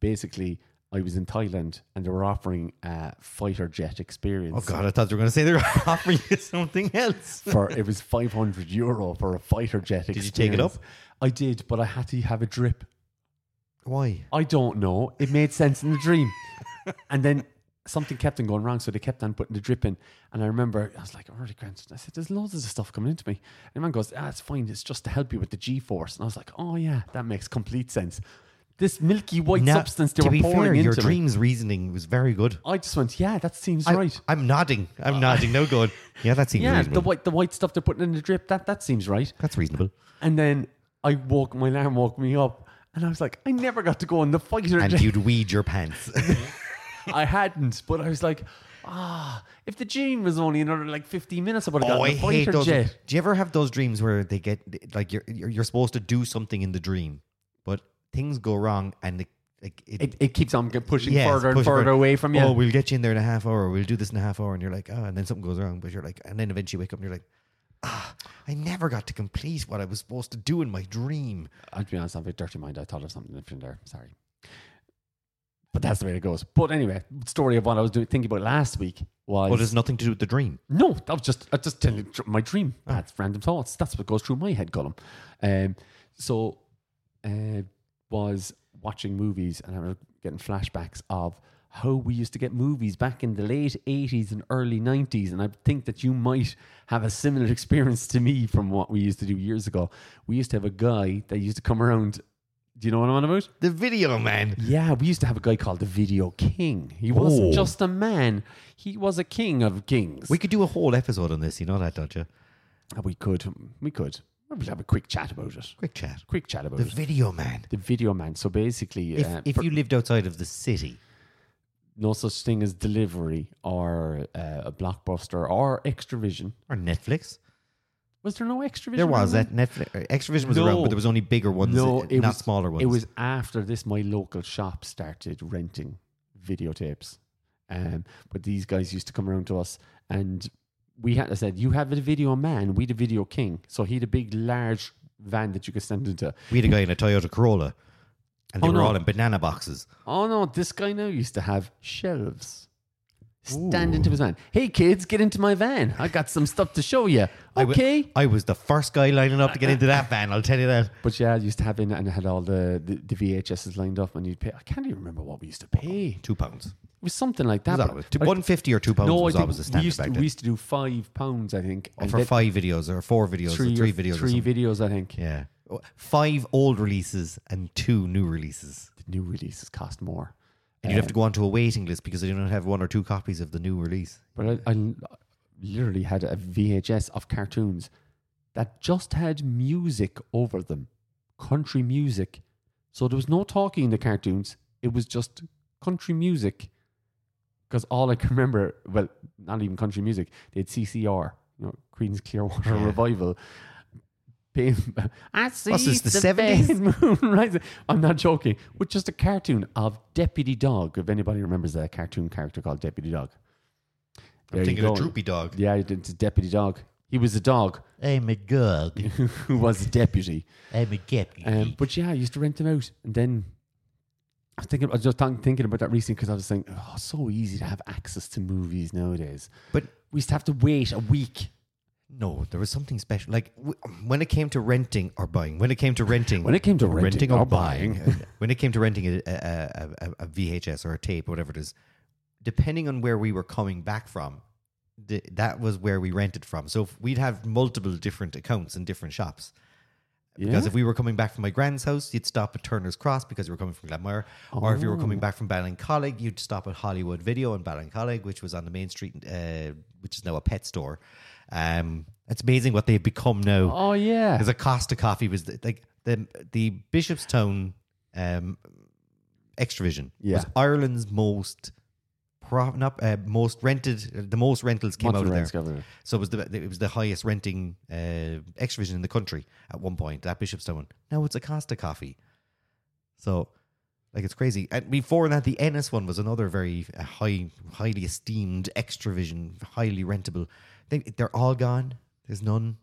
Speaker 2: Basically, I was in Thailand and they were offering a fighter jet experience.
Speaker 1: Oh God, I thought you were going to say they were offering you something else.
Speaker 2: for it was 500 euro for a fighter jet
Speaker 1: you
Speaker 2: experience.
Speaker 1: take it up?
Speaker 2: I did, but I had to have a drip.
Speaker 1: Why?
Speaker 2: I don't know. It made sense in the dream. and then something kept on going wrong, so they kept on putting the drip in. And I remember I was like, "Oh, already grand. I said, There's loads of this stuff coming into me. And the man goes, Ah, it's fine, it's just to help you with the G force. And I was like, Oh yeah, that makes complete sense. This milky white
Speaker 1: Now,
Speaker 2: substance they
Speaker 1: to
Speaker 2: were
Speaker 1: be
Speaker 2: pouring
Speaker 1: fair,
Speaker 2: into
Speaker 1: your
Speaker 2: me.
Speaker 1: dreams reasoning was very good.
Speaker 2: I just went, Yeah, that seems
Speaker 1: I,
Speaker 2: right.
Speaker 1: I'm nodding. I'm nodding. No good. Yeah, that seems
Speaker 2: Yeah, the
Speaker 1: reasonable.
Speaker 2: white the white stuff they're putting in the drip, that that seems right.
Speaker 1: That's reasonable.
Speaker 2: And then I woke my alarm woke me up and I was like, I never got to go on the fighter
Speaker 1: And
Speaker 2: jet.
Speaker 1: you'd weed your pants.
Speaker 2: I hadn't, but I was like, ah, if the dream was only another like 15 minutes, I would have
Speaker 1: Oh, I
Speaker 2: gotten the
Speaker 1: hate
Speaker 2: fighter
Speaker 1: those.
Speaker 2: jet.
Speaker 1: Do you ever have those dreams where they get like you're you're, you're supposed to do something in the dream, but things go wrong and it, like it,
Speaker 2: It, it keeps on get- pushing
Speaker 1: yes,
Speaker 2: further and
Speaker 1: push it
Speaker 2: further away from you.
Speaker 1: Oh, "Ah," we'll get you in there in a half hour. We'll do this in a half hour, and you're like, oh, and then something goes wrong, but you're like, and then eventually you wake up and you're like, ah, I never got to complete what I was supposed to do in my dream.
Speaker 2: I'll be honest, I have a dirty mind. I thought of something different there. Sorry. But that's the way it goes. But anyway, story of what I was doing, thinking about last week was
Speaker 1: Well, there's nothing to do with the dream.
Speaker 2: no, that was just I just telling you tr- my dream. That's random thoughts. That's what goes through my head, column. Um, so uh, was watching movies and I was getting flashbacks of how we used to get movies back in the late eighties and early nineties, and I think that you might have a similar experience to me from what we used to do years ago. We used to have a guy that used to come around. Do you know what I'm on about?
Speaker 1: The video man.
Speaker 2: Yeah, we used to have a guy called the Video King. He wasn't
Speaker 1: Oh.
Speaker 2: just a man; he was a king of kings.
Speaker 1: We could do a whole episode on this. You know that, don't you?
Speaker 2: Uh, We could. We could. We'll have a quick chat about it.
Speaker 1: Quick chat.
Speaker 2: Quick chat about
Speaker 1: The
Speaker 2: it.
Speaker 1: video man.
Speaker 2: The video man. So basically,
Speaker 1: If,
Speaker 2: uh,
Speaker 1: if
Speaker 2: for-
Speaker 1: you lived outside of the city,
Speaker 2: no such thing as delivery or uh, a blockbuster or Extravision.
Speaker 1: or Netflix,
Speaker 2: Was eh, there no Extravision?
Speaker 1: there was
Speaker 2: around?
Speaker 1: that Netflix. or Extravision was around,
Speaker 2: No.
Speaker 1: but there was only bigger ones,
Speaker 2: No,
Speaker 1: uh,
Speaker 2: it
Speaker 1: not
Speaker 2: was,
Speaker 1: smaller ones.
Speaker 2: It was after this. My local shop started renting videotapes, um, but these guys used to come around to us, and we had. I said, "You have a video man. We the video king." So he had a big, large van that you could send into.
Speaker 1: we had a guy in a Toyota Corolla, and they
Speaker 2: Oh,
Speaker 1: were
Speaker 2: no.
Speaker 1: all in banana boxes.
Speaker 2: Oh no, this guy now used to have shelves. Stand into his van. Hey kids, get into my van. I got some stuff to show you.
Speaker 1: I wa-
Speaker 2: Okay.
Speaker 1: I was the first guy lining up to get into that van. I'll tell you that.
Speaker 2: but yeah, I used to have in and had all the, the, the VHSs lined up and you'd pay I can't even remember what we used to pay. It
Speaker 1: Two pounds.
Speaker 2: was something like that.
Speaker 1: Was that
Speaker 2: but-
Speaker 1: what- two- 150 or two pounds
Speaker 2: no,
Speaker 1: was
Speaker 2: I think
Speaker 1: always the
Speaker 2: we
Speaker 1: standard
Speaker 2: used, to,
Speaker 1: back
Speaker 2: we
Speaker 1: then. Oh,
Speaker 2: used to do five pounds, I think. and
Speaker 1: For
Speaker 2: then
Speaker 1: five videos or four videos or
Speaker 2: or-
Speaker 1: three videos or
Speaker 2: Three
Speaker 1: something.
Speaker 2: videos, I think.
Speaker 1: Yeah. Five old releases and two new releases.
Speaker 2: The new releases cost more.
Speaker 1: And you'd have to go onto a waiting list because they don't have one or two copies of the new release.
Speaker 2: But I, I literally had a VHS of cartoons that just had music over them, country music. So there was no talking in the cartoons. It was just country music. Because all I can remember, well, not even country music, they had CCR, you know, Queen's Clearwater
Speaker 1: Yeah.
Speaker 2: Revival. Being- I see
Speaker 1: this is the 70s?
Speaker 2: fading moon rising. I'm not joking. With just a cartoon of Deputy Dog, if anybody remembers that cartoon character called Deputy Dog. There
Speaker 1: I'm
Speaker 2: you
Speaker 1: thinking
Speaker 2: go.
Speaker 1: of Droopy Dog.
Speaker 2: Yeah, it's a deputy dog. He was a dog
Speaker 1: Hey, I'm a dog.
Speaker 2: who was a deputy.
Speaker 1: I'm a deputy.
Speaker 2: Um, but yeah, I used to rent them out, and then I was thinking, I was just th- thinking about that recently because I was thinking, oh, so easy to have access to movies nowadays.
Speaker 1: but
Speaker 2: We used to have to wait a week.
Speaker 1: no, there was something special. Like w- when it came to renting or buying, when it came to renting,
Speaker 2: When it came to renting or buying.
Speaker 1: uh, when it came to renting a, a, a, a- a VHS or a tape or whatever it is, depending on where we were coming back from, th- that was where we rented from. So if we'd have multiple different accounts in different shops. Because
Speaker 2: Yeah?
Speaker 1: if we were coming back from my grand's house, you'd stop at Turner's Cross because you were coming from Glenmire. Or if you
Speaker 2: Oh.
Speaker 1: were coming back from Ballincollig, you'd stop at Hollywood Video in Ballincollig, which was on the main street, uh, which is now a pet store. Um, it's amazing what they've become now.
Speaker 2: Oh yeah,
Speaker 1: Because a Costa coffee was the, like the the Bishopstown um, Extravision
Speaker 2: Yeah.
Speaker 1: was Ireland's most pro, not, uh, most rented the most rentals came
Speaker 2: Lots of
Speaker 1: out of
Speaker 2: rents
Speaker 1: there.
Speaker 2: came out of there.
Speaker 1: So it was the it was the highest renting uh, Extravision in the country at one point. That Bishopstown one. Now it's a Costa coffee. So. Like it's crazy. And before that, the Ennis one was another very uh, high, highly esteemed extravision, highly rentable. They, they're all gone. There's none.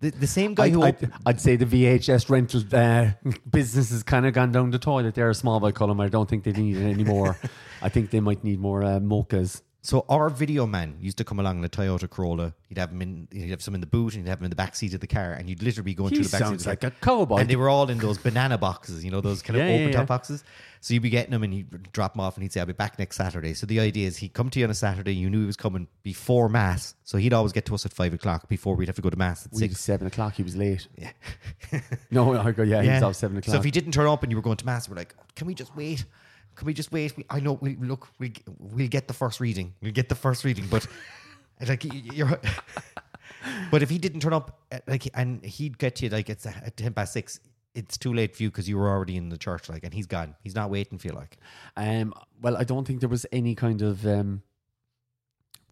Speaker 1: The, the same guy
Speaker 2: I,
Speaker 1: who
Speaker 2: I,
Speaker 1: op-
Speaker 2: I'd say the VHS rental uh, business has kind of gone down the toilet. They're a small by column. I don't think they need it anymore. I think they might need more uh, mochas.
Speaker 1: So our video man used to come along in a Toyota Corolla. He'd have him in, he'd have some in the boot, and he'd have him in the back seat of the car, and you'd literally be going
Speaker 2: He
Speaker 1: through the back
Speaker 2: sounds
Speaker 1: seat. of
Speaker 2: like
Speaker 1: the
Speaker 2: a
Speaker 1: car.
Speaker 2: cowboy.
Speaker 1: And they were all in those banana boxes, you know, those kind of
Speaker 2: Yeah, yeah,
Speaker 1: open top
Speaker 2: yeah.
Speaker 1: boxes. So you'd be getting them, and he'd drop them off, and he'd say, "I'll be back next Saturday." So the idea is he'd come to you on a Saturday. You knew he was coming before mass, so he'd always get to us at five o'clock before we'd have to go to mass at
Speaker 2: We had
Speaker 1: six.
Speaker 2: seven o'clock. He was late. Yeah. no, I go. Yeah, he was off seven o'clock.
Speaker 1: So if he didn't turn up and you were going to mass, we're like, can we just wait? Can we just wait? We, I know. We look. We we'll get the first reading. We'll get the first reading. But like y- y- you're. but if he didn't turn up, uh, like, and he'd get to you like it's uh, at ten past six. It's too late for you because you were already in the church, like, and he's gone. He's not waiting for you, like.
Speaker 2: Um, well, I don't think there was any kind of um,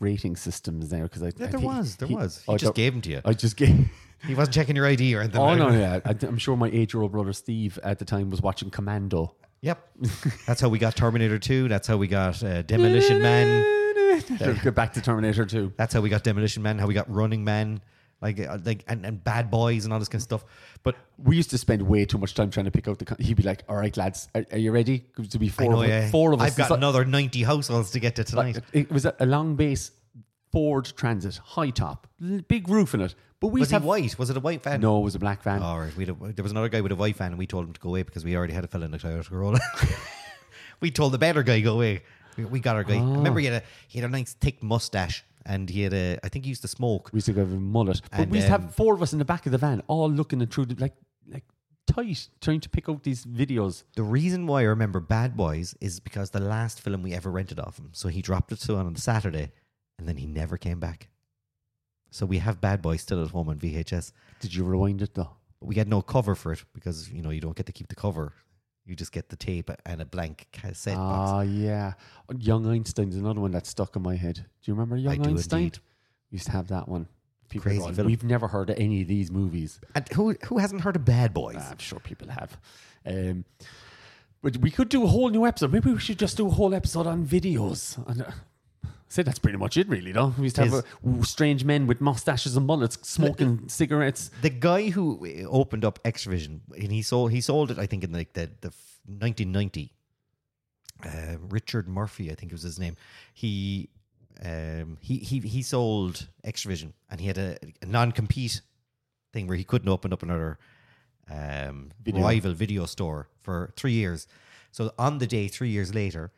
Speaker 2: rating systems there because I, I
Speaker 1: there
Speaker 2: thi-
Speaker 1: was, there
Speaker 2: he-
Speaker 1: was. He
Speaker 2: I
Speaker 1: just
Speaker 2: Oh, don't-
Speaker 1: gave him to you.
Speaker 2: I just gave.
Speaker 1: He wasn't checking your ID or anything.
Speaker 2: Oh
Speaker 1: like
Speaker 2: no,
Speaker 1: that.
Speaker 2: yeah. I, am sure my eight-year-old brother Steve at the time was watching Commando.
Speaker 1: Yep. That's how we got Terminator Two. That's how we got uh, Demolition Man.
Speaker 2: Get back to Terminator Two.
Speaker 1: That's how we got Demolition Man, how we got Running Man. like uh, like and, and bad boys and all this kind of stuff. But
Speaker 2: We used to spend way too much time trying to pick out the. Con- He'd be like, "All right, lads, are, are you ready?" To be
Speaker 1: I
Speaker 2: four,
Speaker 1: know,
Speaker 2: of,
Speaker 1: yeah,
Speaker 2: four of us.
Speaker 1: I've got
Speaker 2: It's like-
Speaker 1: another ninety households to get to tonight.
Speaker 2: It was a a long base Ford Transit, high top, l- big roof in it. But we
Speaker 1: was
Speaker 2: used
Speaker 1: he Oh.
Speaker 2: to have
Speaker 1: white? Was it a white van?
Speaker 2: no, it was a black van.
Speaker 1: All right. We had a- there was another guy with a white van, and we told him to go away because we already had a fella in a Toyota Corolla. we told the better guy go away. We, we got our guy.
Speaker 2: Ah.
Speaker 1: I remember he had a he had a nice thick mustache, and he had a I think he used to smoke.
Speaker 2: We used to go with a mullet. But
Speaker 1: And,
Speaker 2: we used to
Speaker 1: um,
Speaker 2: have four of us in the back of the van, all looking and through the, like like tight, trying to pick out these videos.
Speaker 1: The reason why I remember Bad Boys is because the last film we ever rented off him. So he dropped it to on a Saturday, and then he never came back. So we have Bad Boys still at home on VHS.
Speaker 2: Did you rewind it though?
Speaker 1: But we had no cover for it because you know you don't get to keep the cover. You just get the tape and a blank cassette box.
Speaker 2: Ah, yeah. Young Einstein's another one that's stuck in my head. Do you remember Young
Speaker 1: do
Speaker 2: Einstein?
Speaker 1: indeed.
Speaker 2: We used to have that one. People
Speaker 1: Crazy
Speaker 2: going,
Speaker 1: film.
Speaker 2: We've never heard of any of these movies.
Speaker 1: And who who hasn't heard of Bad Boys?
Speaker 2: I'm sure people have. Um, but we could do a whole new episode. Maybe we should just do a whole episode on videos. And, uh, say that's pretty much it, really, though. We used to have
Speaker 1: Is-
Speaker 2: uh, strange men with mustaches and mullets smoking cigarettes.
Speaker 1: the guy who opened up Extravision and he sold he sold it I think in like the the 1990 uh, Richard Murphy I think was his name he um he he he sold Extravision and he had a, a non compete thing where he couldn't open up another um rival video store for 3 years so on the day 3 years later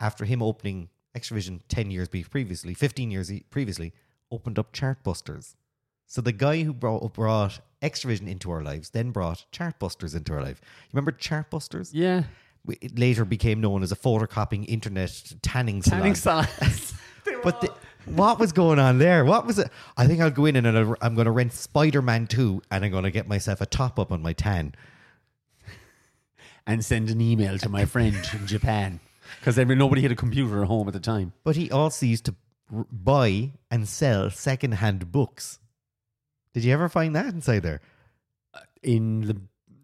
Speaker 1: after him opening Extravision 10 years be- previously 15 years e- previously opened up Chartbusters so the guy who brought brought Extravision into our lives then brought Chartbusters into our life. You remember Chartbusters?
Speaker 2: Yeah.
Speaker 1: We- It later became known as a photocopying internet tanning salon.
Speaker 2: Tanning salads.
Speaker 1: But the, what was going on there? What was it? I think I'll go in and I'll, I'm going to rent Spider Man 2 and I'm going to get myself a top up on my tan.
Speaker 2: and send an email to my friend in Japan. Because nobody had a computer at home at the time.
Speaker 1: But he also used to r- buy and sell secondhand books. Did you ever find that inside there?
Speaker 2: In the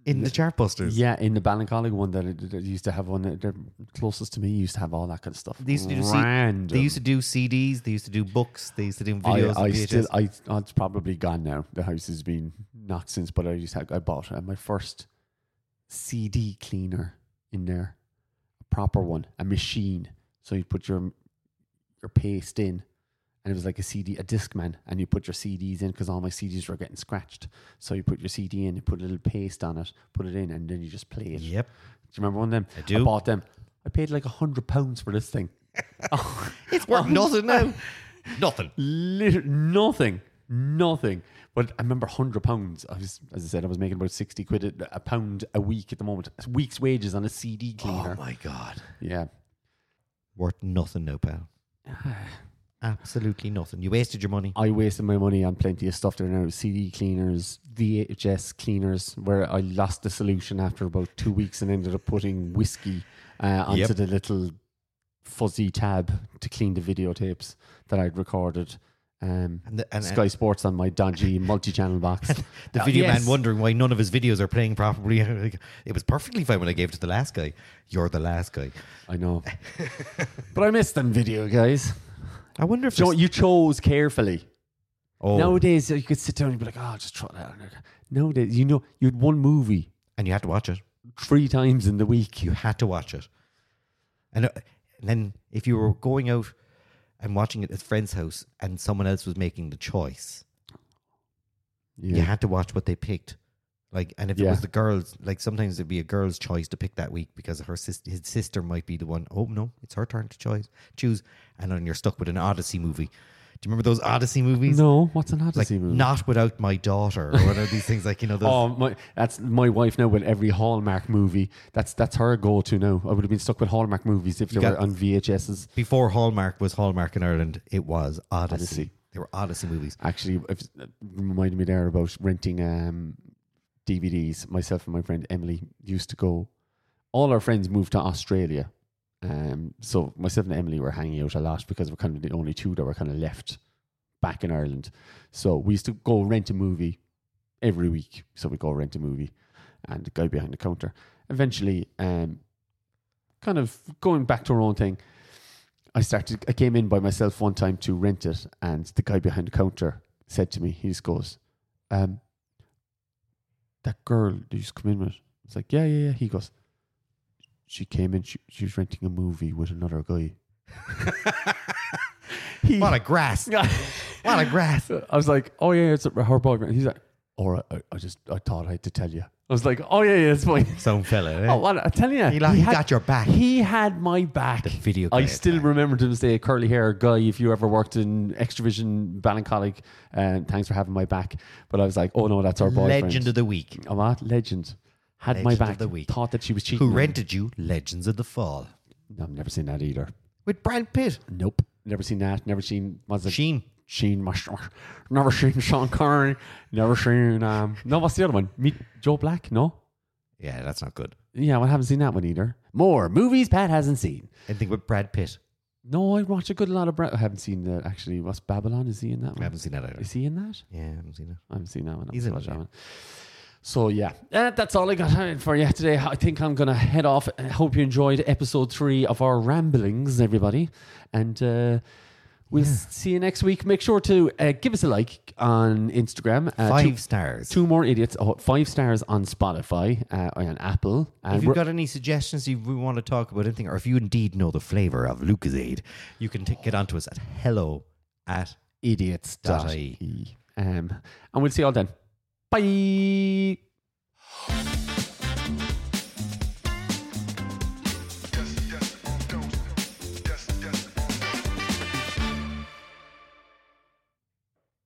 Speaker 1: In the Chartbusters?
Speaker 2: yeah, in the Ballincollig one that, that that used to have one that, that closest to me used to have all that kind of stuff.
Speaker 1: They used to do C-
Speaker 2: Random.
Speaker 1: They used to do CDs, they used to do books, they used to do
Speaker 2: I,
Speaker 1: videos.
Speaker 2: I
Speaker 1: VHS.
Speaker 2: still, I, oh, it's probably gone now. The house has been knocked since, but I just had, I bought uh, my first CD cleaner in there, a proper one, a machine. So you put your your paste in, and it was like a CD, a Discman, and you put your CDs in because all my CDs were getting scratched. So you put your CD in, you put a little paste on it, put it in, and then you just play it.
Speaker 1: Yep.
Speaker 2: Do you remember one of them? I
Speaker 1: do.
Speaker 2: bought them. I paid like a hundred pounds for this thing.
Speaker 1: It's
Speaker 2: Oh
Speaker 1: worth nothing now. nothing.
Speaker 2: Liter nothing, nothing. But I remember hundred pounds. I was, as I said, I was making about sixty quid a, a pound a week at the moment. A week's wages on a CD cleaner.
Speaker 1: Oh my god.
Speaker 2: yeah,
Speaker 1: Worth nothing now, pal. Absolutely nothing. You wasted your money.
Speaker 2: I wasted my money on plenty of stuff there now. CD cleaners, VHS cleaners, where I lost the solution after about two weeks and ended up putting whiskey uh, onto
Speaker 1: Yep.
Speaker 2: the little fuzzy tab to clean the videotapes that I'd recorded. Um,
Speaker 1: And the, and,
Speaker 2: Sky Sports on my dodgy multi-channel box.
Speaker 1: the
Speaker 2: Uh,
Speaker 1: video
Speaker 2: yes.
Speaker 1: man wondering why none of his videos are playing properly. it was perfectly fine when I gave it to the last guy. You're the last guy.
Speaker 2: I know. but I miss them video guys.
Speaker 1: I wonder if
Speaker 2: So
Speaker 1: there's-
Speaker 2: you chose carefully.
Speaker 1: oh,
Speaker 2: Nowadays you could sit down and be like, oh just try that out. Nowadays you know you had one movie
Speaker 1: and you had to watch it.
Speaker 2: three times in the week.
Speaker 1: You had to watch it. And, uh, and then if you were going out and watching it at friend's house and someone else was making the choice,
Speaker 2: Yeah.
Speaker 1: you had to watch what they picked. Like, and if it
Speaker 2: Yeah.
Speaker 1: was the girls, like sometimes it'd be a girl's choice to pick that week because her sis- his sister might be the one. Oh no, it's her turn to choice choose, and then you're stuck with an Odyssey movie. Do you remember those Odyssey movies?
Speaker 2: No, what's an
Speaker 1: like
Speaker 2: Odyssey movie?
Speaker 1: not without my daughter or one of these things. Like you know, those,
Speaker 2: Oh my! That's my wife now. With every Hallmark movie, that's that's her go-to now. I would have been stuck with Hallmark movies if they
Speaker 1: got-
Speaker 2: were on VHSs.
Speaker 1: before Hallmark was Hallmark in Ireland, it was Odyssey.
Speaker 2: Odyssey.
Speaker 1: They were Odyssey movies.
Speaker 2: Actually, if, uh, reminded me there about renting um, DVDs. Myself and my friend Emily used to go. All our friends moved to Australia, um, so myself and Emily were hanging out a lot because we're kind of the only two that were kind of left back in Ireland. So we used to go rent a movie every week. So we go rent a movie, and the guy behind the counter. Eventually, um, kind of going back to our own thing, I started. I came in by myself one time to rent it, and the guy behind the counter said to me, he just goes, um, that girl that you just come in with. It's like, yeah, yeah, yeah. He goes, she came in, she, she was renting a movie with another guy. he,
Speaker 1: What a grass. What a grass.
Speaker 2: I was like, oh yeah, it's her boyfriend. He's like, all right, I, I just I thought I had to tell you. I was like, oh yeah, yeah, it's fine.
Speaker 1: Some fella. eh?
Speaker 2: Oh, well, I'm telling you,
Speaker 1: He like- he got your back.
Speaker 2: He had my back.
Speaker 1: The video
Speaker 2: I
Speaker 1: guy
Speaker 2: still
Speaker 1: back.
Speaker 2: remember to this day, curly hair guy. If you ever worked in Extravision, Ballincollig, and thanks for having my back. But I was like, oh no, that's our boyfriend.
Speaker 1: Legend of the week.
Speaker 2: Oh, what? legend. Had my
Speaker 1: Legend of
Speaker 2: back.
Speaker 1: the week.
Speaker 2: Thought that she was cheating.
Speaker 1: Who
Speaker 2: on me.
Speaker 1: rented you Legends of the Fall
Speaker 2: No, I've never seen that either.
Speaker 1: with Brad Pitt,
Speaker 2: Nope. Never seen that. Never seen. What's it?
Speaker 1: Sheen,
Speaker 2: Sheen, my never seen Sean Connery, never seen um no what's the other one? Meet Joe Black? No,
Speaker 1: Yeah, that's not good.
Speaker 2: yeah, well, I haven't seen that one either. More movies Pat hasn't seen.
Speaker 1: Anything with Brad Pitt.
Speaker 2: No, I watch a good lot of. Bra- I haven't seen that actually. What's Babylon? Is he in that
Speaker 1: I
Speaker 2: one?
Speaker 1: haven't seen that either.
Speaker 2: Is he in that?
Speaker 1: Yeah, I haven't seen it.
Speaker 2: I haven't seen that one. I
Speaker 1: He's
Speaker 2: haven't
Speaker 1: in
Speaker 2: watched
Speaker 1: it,
Speaker 2: that
Speaker 1: yeah.
Speaker 2: one. So yeah, Uh, that's all I got for you today. I think I'm gonna head off. I hope you enjoyed episode three of our ramblings, everybody, and. Uh, We'll see you next week. Make sure to uh, give us a like on Instagram. Uh,
Speaker 1: Five
Speaker 2: two-
Speaker 1: stars.
Speaker 2: Two more idiots. Oh, five stars on Spotify uh, on Apple. And
Speaker 1: if you've
Speaker 2: we're-
Speaker 1: got any suggestions, if we want to talk about anything, or if you indeed know the flavor of Lucasade, you can t- get onto us at hello at
Speaker 2: idiots. E
Speaker 1: Dot ie.
Speaker 2: Um, and we'll see you all then. Bye.